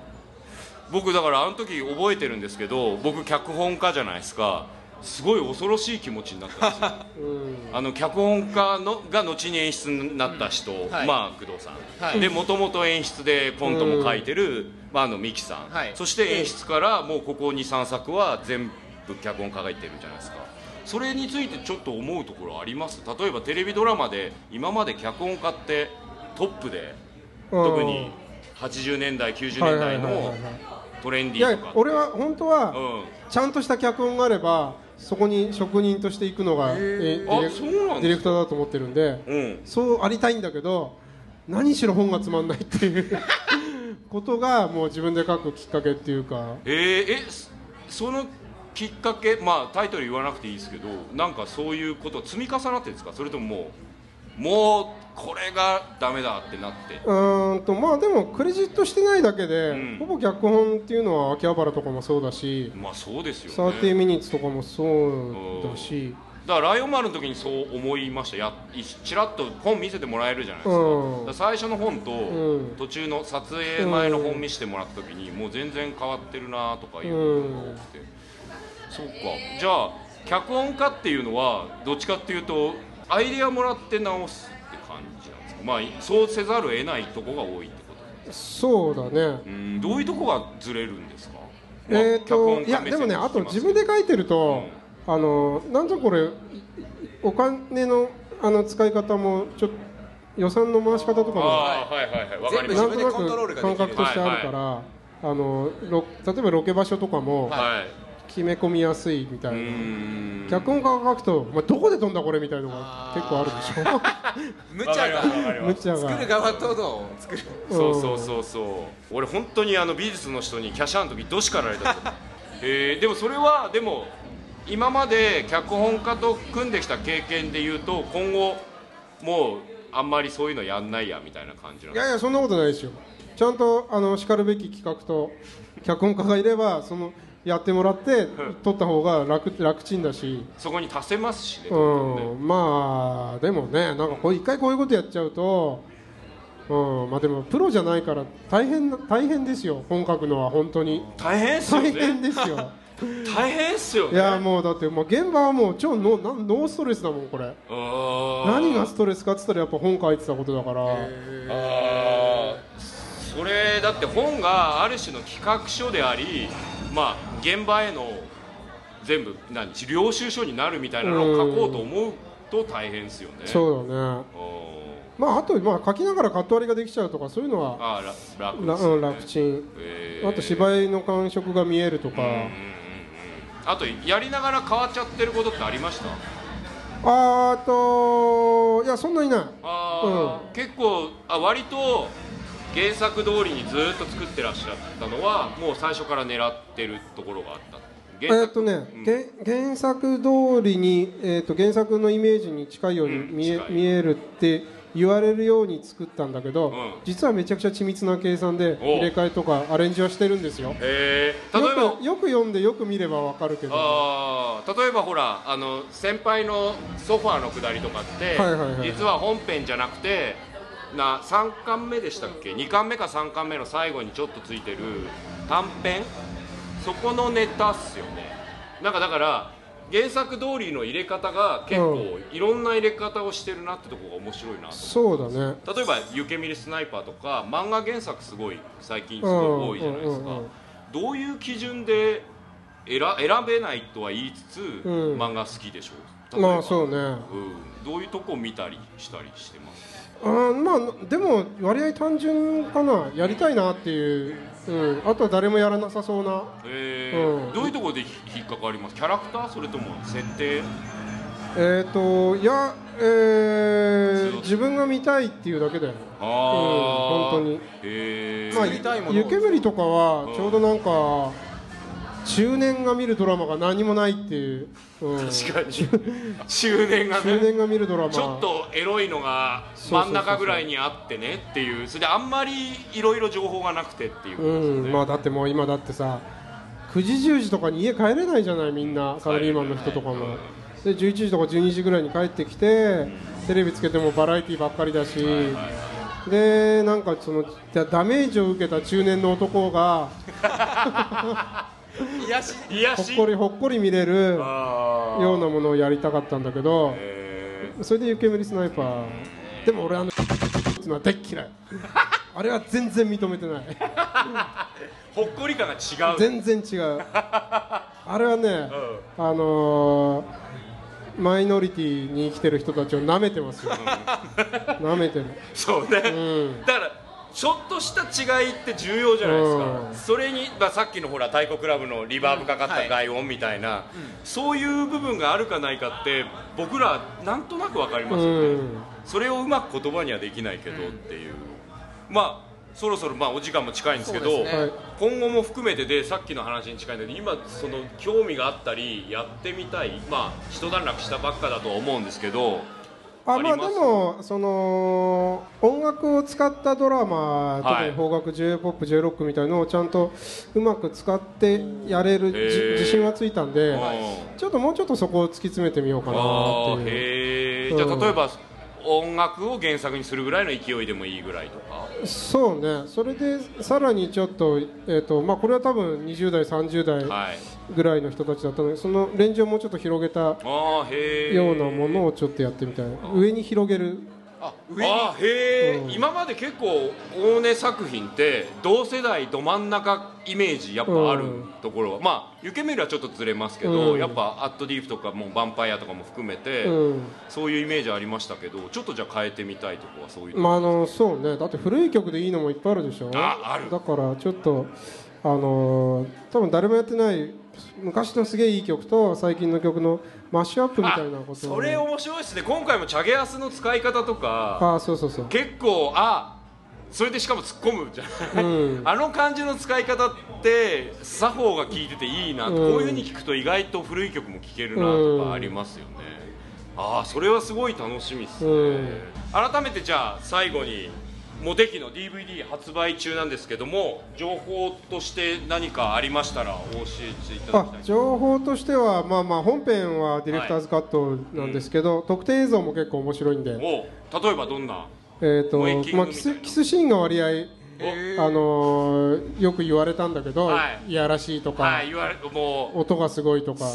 S1: 僕だからあの時覚えてるんですけど僕脚本家じゃないですかすごい恐ろしい気持ちになったんですよあの脚本家のが後に演出になった人、
S3: はい
S1: まあ工藤さん、
S3: はい
S1: でもともと演出でコントも書いてる、まあ、あの三木さん、
S3: はい
S1: そして演出からもうここ23作は全部脚本家がいってるじゃないですかそれについてちょっと思うところあります例えばテレビドラマで今まで脚本家ってトップで特に80年代90年代
S6: はいはいはい
S1: の
S6: はいはい
S1: トレンデ
S6: い
S1: ィ
S6: や
S1: ーとかって
S6: 俺は本当
S1: う
S6: は、
S1: ん
S6: ちゃんとした脚本があればそこに職人として行くのが、えディレ
S1: あそうなんですか
S6: ディレクターだと思ってるんで、
S1: うん
S6: そうありたいんだけど何しろ本がつまんないっていう
S1: <laughs>
S6: ことがもう自分で書くきっかけっていうか
S1: えーえそそのきっかけまあタイトル言わなくていいですけどなんかそういうこと積み重なってるんですかそれとももうもうこれがダメだってなって
S6: うーんとまあでもクレジットしてないだけで、
S1: うん
S6: ほぼ脚本っていうのは秋葉原とかもそうだし
S1: まあそうですよ
S6: 30
S1: ね
S6: ミニッツとかもそうだし、
S1: だから「ライオン丸」の時にそう思いましたやいちらっと本見せてもらえるじゃないですか,、
S6: うん
S1: 最初の本と、
S6: うん
S1: 途中の撮影前の本見せてもらった時に、もう全然変わってるなとかいうのが多くて、そうかじゃあ脚本家っていうのはどっちかっていうとアイデアもらって直すって感じなんですかまあそうせざるを得ないとこが多いってこと
S6: そうだね
S1: うんどういうとこがずれるんですか、まあ
S6: えー、
S1: 脚
S6: と
S1: 本
S6: い
S1: 家
S6: や
S1: 目
S6: で
S1: 線
S6: もねあと
S1: 聞きます
S6: 自分で書いてると、あのなんとこれいお金のあの使い方もちょっと予算の回し方とかも
S1: あーはいはいはいわかりま
S3: 全
S1: し
S3: 部
S1: た
S3: 自分
S6: なんとな
S3: でコントロール
S6: く
S3: ができ
S6: 感
S3: る
S6: 覚としてあるから、あのロ例えばロケ場所とかも
S1: はい
S6: 決め込みやすいみたいな、
S1: うん
S6: 脚本家が書くと、まどこで飛んだこれみたいなのが結構ある
S3: 無
S6: でし
S3: 茶が
S6: ょ無茶が
S3: 作る側との作る
S1: そうそうそうそう俺本当にあの美術の人にキャシャーの時どしかられたと思うえーでもそれはでも今まで脚本家と組んできた経験で言うと今後もうあんまりそういうのやんないやみたいな感じない
S6: やいやそんなことないですよちゃんとあの叱るべき企画と脚本家がいればそのやってもらって撮った方が楽楽ちんだし、
S1: そこに足せますしね
S6: うん、まあでもねなんかこう一回こういうことやっちゃうと、うん、まあでもプロじゃないから大変な大変ですよ本書くのは本当に
S1: 大変っすよ
S6: 大
S1: ね
S6: 変ですよ
S1: 大変っすよ
S6: い
S1: ね
S6: やもうだって、まあ、現場はもう超ノーなんノーストレスだもんこれ
S1: うーん
S6: 何がストレスかっつったらやっぱ本書いてたことだから、
S1: あーそれだって本がある種の企画書でありまあ現場への全部何領収書になるみたいなのを書こうと思うと大変ですよね
S6: そうだね
S1: うん
S6: まああと、まあ、書きながらカット割りができちゃうとかそういうのは
S1: あーら楽
S6: ら
S1: ですね
S6: うん楽ちん
S1: えー
S6: あと芝居の感触が見えるとか、
S1: あとやりながら変わっちゃってることってありました
S6: あーあといやそんなにない
S1: あー、結構あ割と原作通りにずっと作ってらっしゃったのはもう最初から狙ってるところがあった
S6: え
S1: 原
S6: ーっ
S1: 作
S6: とね、原原作通りに、えーっと原作のイメージに近いように
S1: うん
S6: 見え,、
S1: 近い
S6: 見えるって言われるように作ったんだけど、
S1: ん
S6: 実はめちゃくちゃ緻密な計算で
S1: お
S6: 入れ替えとかアレンジはしてるんですよ。
S1: えー例えば
S6: よくよく読んでよく見ればわかるけど
S1: あー例えばほらあの先輩のソファーのくだりとかって、
S6: はいはいはい
S1: 実は本編じゃなくてな3巻目でしたっけ2巻目か3巻目の最後にちょっとついてる短編そこのネタっすよねなんかだから原作通りの入れ方が結構いろんな入れ方をしてるなってとこが面白いなと
S6: そうだね
S1: 例えば「湯けみりスナイパー」とか漫画原作すごい最近すごい多いじゃないですか、
S6: うんうんうんうん
S1: どういう基準で選選べないとは言いつつ、
S6: ん
S1: 漫画好きでしょ例えば
S6: まあそうね
S1: うん、どういうとこ見たりしたりしてます
S6: あーまあでも割合単純かなやりたいなっていう、うん、あとは誰もやらなさそうな
S1: えー
S6: うん
S1: どういうとこでひ引っかかりますキャラクターそれとも設定
S6: えー、といや、えー自分が見たいっていうだけだよね、
S1: ああ、
S6: うん本当に
S1: えー
S6: まあ、
S5: 見たいものを
S6: 湯煙とかはちょうどなんか、中年が見るドラマが何もないっていう、うん、
S1: 確かに中年が
S6: 中
S1: ね
S6: 年が見るドラマ
S1: ちょっとエロいのが
S6: そうそうそうそう
S1: 真ん中ぐらいにあってねっていうそれであんまりいろいろ情報がなくてっていうことですよ
S6: うん
S1: ね、
S6: まあだってもう今だってさ9時10時とかに家帰れないじゃないみんなサラリーマンの人とかもで11時とか12時ぐらいに帰ってきてテレビつけてもバラエティばっかりだしでなんかそのダダメージを受けた中年の男が
S3: 癒し
S1: 癒や
S6: ほっ
S1: し
S6: こりほっこり見れる
S1: あ
S6: ようなものをやりたかったんだけどそれで「湯煙スナイパー」でも俺あのってのは大っ
S1: <laughs>
S6: 嫌いあれは全然認めてない
S1: ーほっこり感が違う
S6: 全然違う
S1: <laughs>
S6: あれはね、あのーマイノリティに生きてる人たちを舐めてますよ <laughs> 舐めてる
S1: そうね、
S6: ん
S1: だからちょっとした違いって重要じゃないですか、
S6: うん
S1: それに、まあ、さっきのほら太鼓クラブのリバーブかかった外音みたいな、そういう部分があるかないかって僕らなんとなく分かりますよね、
S6: うん
S1: それをうまく言葉にはできないけどっていう、まあそろそろまあお時間も近いんですけど
S3: そうですね
S6: はい
S1: 今後も含めてでさっきの話に近いんだけど今その興味があったりやってみたいまあ一段落したばっかだとは思うんですけど
S6: あ
S1: あり
S6: まあ
S1: ま
S6: ですもその音楽を使ったドラ
S1: は
S6: マ
S1: い
S6: 特に邦楽 j p o p j ロックみたいのをちゃんとうまく使ってやれるじ
S1: へー
S6: 自信はついたんで
S1: はい
S6: ちょっともうちょっとそこを突き詰めてみようかな
S1: あ
S6: っ
S1: ー
S6: てい
S1: へ
S6: うう
S1: え
S6: ん
S1: じゃあ例えば音楽を原作にするぐらいの勢いでもいいぐらいとか
S6: そうねそれでさらにちょっと,、えーとまあ、これは多分20代30代、
S1: はい
S6: ぐらいの人たちだったのでそのレンジをもうちょっと広げた
S1: あーへえ
S6: ようなものをちょっとやってみたい上に広げる
S1: あへえ、今まで結構大根作品って同世代ど真ん中イメージやっぱある
S6: うん
S1: ところは、まあ「湯煙」はちょっとずれますけど、
S6: うん
S1: やっぱ「アットディープ」とかもう「ヴァンパイア」とかも含めて、
S6: うん
S1: そういうイメージありましたけどちょっとじゃあ変えてみたいとこはそういう、
S6: まああのそうねだって古い曲でいいのもいっぱいあるでしょ
S1: あある
S6: だからちょっとあのー多分誰もやってない昔のすげえいい曲と最近の曲のマッシュアップみたいなことを
S1: それ面白いですね今回も「チャゲアス」の使い方とか
S6: ああそうそうそう
S1: 結構あそれでしかも突っ込むじゃない、
S6: うん
S1: あの感じの使い方って作法が効いてていいな、こういうふうに聞くと意外と古い曲も聴けるなとかありますよね、ああそれはすごい楽しみですね、
S6: うん
S1: 改めてじゃあ最後にモテキの DVD 発売中なんですけども情報として何かありましたら教えていただき
S6: あ
S1: たい
S6: 情報としては、まあまあ、本編はディレクターズカットなんですけど、特典映像も結構面白いんで、
S1: お例えばどんな
S6: えー
S1: もう一気
S6: と
S1: に
S6: まあ、キス
S1: みたいな
S6: キスシーンが割合、あのーよく言われたんだけど、、
S1: はい
S6: やらしいとか、
S1: はい言われも
S6: 音がすごいとか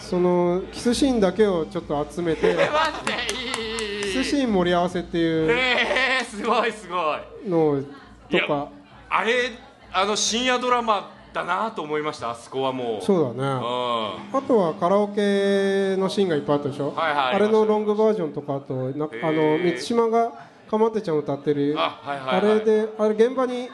S6: そのキスシーンだけをちょっと集
S1: <laughs>
S6: めて
S1: う待っていい
S6: キスシーン盛り合わせっていう
S1: えー、すごいすごい
S6: の
S1: い
S6: と
S1: や
S6: か
S1: あれあの深夜ドラマだなと思いましたあそこはもうう
S6: そうだ
S1: ん
S6: ねあとはカラオケのシーンがいっぱいあったでしょ、
S1: はいはい
S6: あれのロングバージョンとかあとなあの
S1: へー
S6: 満島がかまってちゃんを歌ってる
S1: あはいはいはい
S6: あれであれ現場に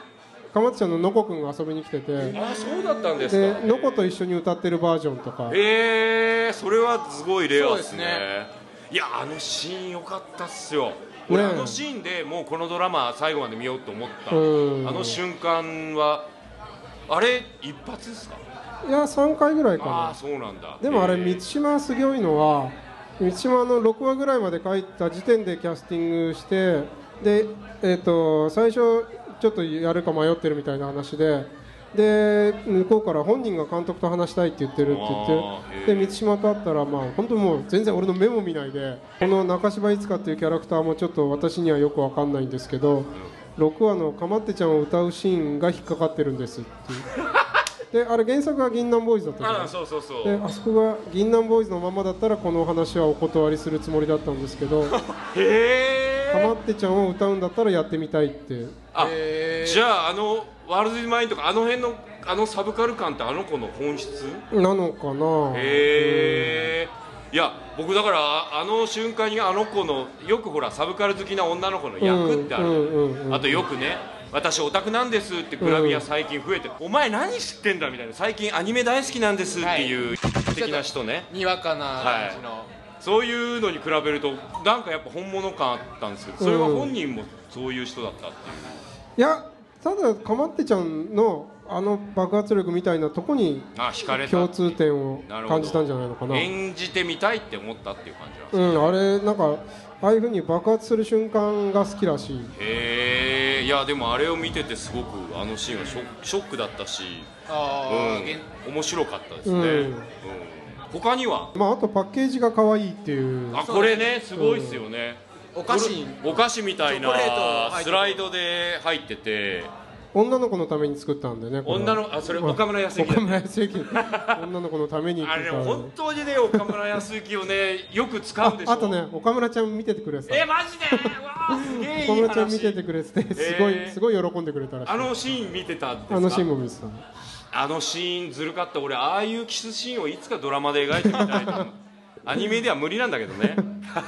S6: かまってちゃんののこくんが遊びに来てて
S1: あそうだったんです
S6: で
S1: か
S6: のこと一緒に歌ってるバージョンとか
S1: えー、それはすごいレアですね
S3: そう
S1: いやあのシーン良かったっすよ俺、
S6: ねえ
S1: あのシーンでもうこのドラマ最後まで見ようと思ったあ
S6: うん
S1: の瞬間はあれ一発ですか
S6: いや3回ぐらいかな
S1: ああそうなんだ
S6: でもあれ
S1: えー
S6: 満島すごいのは満島の6話ぐらいまで書いた時点でキャスティングしてで、えー、と最初ちょっとやるか迷ってるみたいな話でで向こうから本人が監督と話したいって言ってるって
S1: あ
S6: 言っ
S1: ーへ
S6: て
S1: ー
S6: で満島と会ったら、まあ、本当もう全然俺の目も見ないでこの中島いつかっていうキャラクターもちょっと私にはよくわかんないんですけど6話の「かまってちゃん」を歌うシーンが引っかかってるんで
S1: <laughs>
S6: すっていうであれ原作が「銀杏ボーイズ」だったじゃない
S1: ああそうそうそう
S6: であそこが銀杏ボーイズのままだったらこのお話はお断りするつもりだったんです
S1: <laughs>
S6: けど「か
S1: へえ
S6: まってちゃん」を歌うんだったらやってみたいって
S1: あじゃああのワールド・イン・マインとかあの辺のあのサブカル感ってあの子の本質
S6: なのかな
S1: へえいや僕だからああの瞬間にあの子のよくほらサブカル好きな女の子の役ってある、
S6: うんうんうんうん
S1: あとよくね私オタクなんですってグラビア最近増えて、お前何知ってんだみたいな最近アニメ大好きなんですっていう的な人ね、
S3: にわかな感じの、
S1: そういうのに比べるとなんかやっぱ本物感あったんですけどそれは本人もそういう人だったっていう
S6: いやただかまってちゃんのあの爆発力みたいなとこに
S1: あ惹かれた
S6: 共通点を感じたんじゃないのかな
S1: 演じてみたいって思ったっていう感じなんです
S6: う
S1: ね
S6: んあれなんかああいうふうに爆発する瞬間が好きらしい
S1: へえいやでもあれを見ててすごくあのシーンはショックショックだったし、う
S3: ああ、現
S1: ん、面白かったですね、
S6: うん
S1: うん他には
S6: まああとパッケージが可愛いっていう
S1: あこれねすごいですよね、
S3: お菓子
S1: お菓子みたい
S3: チョコレー
S1: な
S3: ト入ってる
S1: スライドで入ってて
S6: 女の子のために作ったんでねこれ
S1: 女のあそれ岡村康之だ
S6: 岡村康之女の子のために
S1: あ
S6: 作っ
S1: れね
S6: た
S1: 本当にね岡村康之をねよく使うんでしょ
S6: あとね岡村ちゃん見ててくれてた
S1: えマジでうわーすげえいい話
S6: 岡村ちゃん見ててくれててすごい、
S1: へー
S6: すごい喜んでくれたらしい
S1: あのシーン見てたんですか
S6: あのシーンも見てた
S1: あのシーンずるかった俺ああいうキスシーンをいつかドラマで描いてみたい
S6: <laughs>
S1: と思うアニメでは無理なんだけどね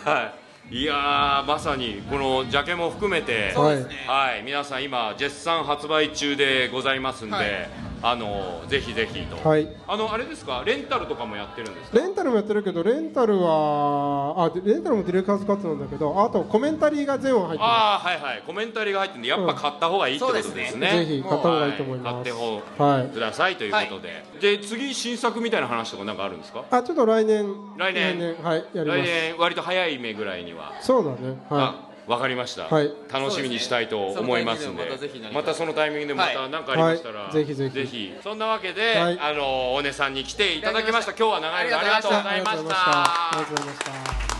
S1: はいいやーまさにこのジャケも含めて
S6: はい
S1: はい皆さん今絶賛発売中でございますんで、
S3: はい
S1: あのぜひぜひと、
S6: はい
S1: あのあれですかレンタルとかもやってるんですか
S6: レンタルもやってるけどレンタルはあでレンタルもディレクターズカットなんだけどあとコメンタリーが全話入ってま
S1: ああはいはいコメンタリーが入ってるんでやっぱ買った方がいいってことですね,、
S3: そうです
S6: ねぜひ買った方がいいと思います
S1: は買って方、
S6: はい
S1: くださいということで、で次新作みたいな話とかなんかあるんですか
S6: すあちょっと来年
S1: 来年
S6: はいやり
S1: 来
S6: ます
S1: 年割と早い目ぐらいには
S6: そうだねは
S1: あわかりました、
S6: はい
S1: 楽しみにしたいと思いますんで
S3: そうですね
S1: またそのタイミングでまた
S3: は
S1: 何かありましたら、
S6: はいぜひぜひ
S1: そんなわけで、
S6: はい
S1: あのお姉さんに来ていただきました
S3: い
S1: 今日は長い間あ
S3: あ
S1: り
S3: り
S1: が
S3: が
S1: と
S3: と
S1: う
S3: う
S1: ご
S3: ご
S1: ざ
S6: い
S1: いまし
S6: ありがとうございましたあ
S1: た
S6: りがとうございました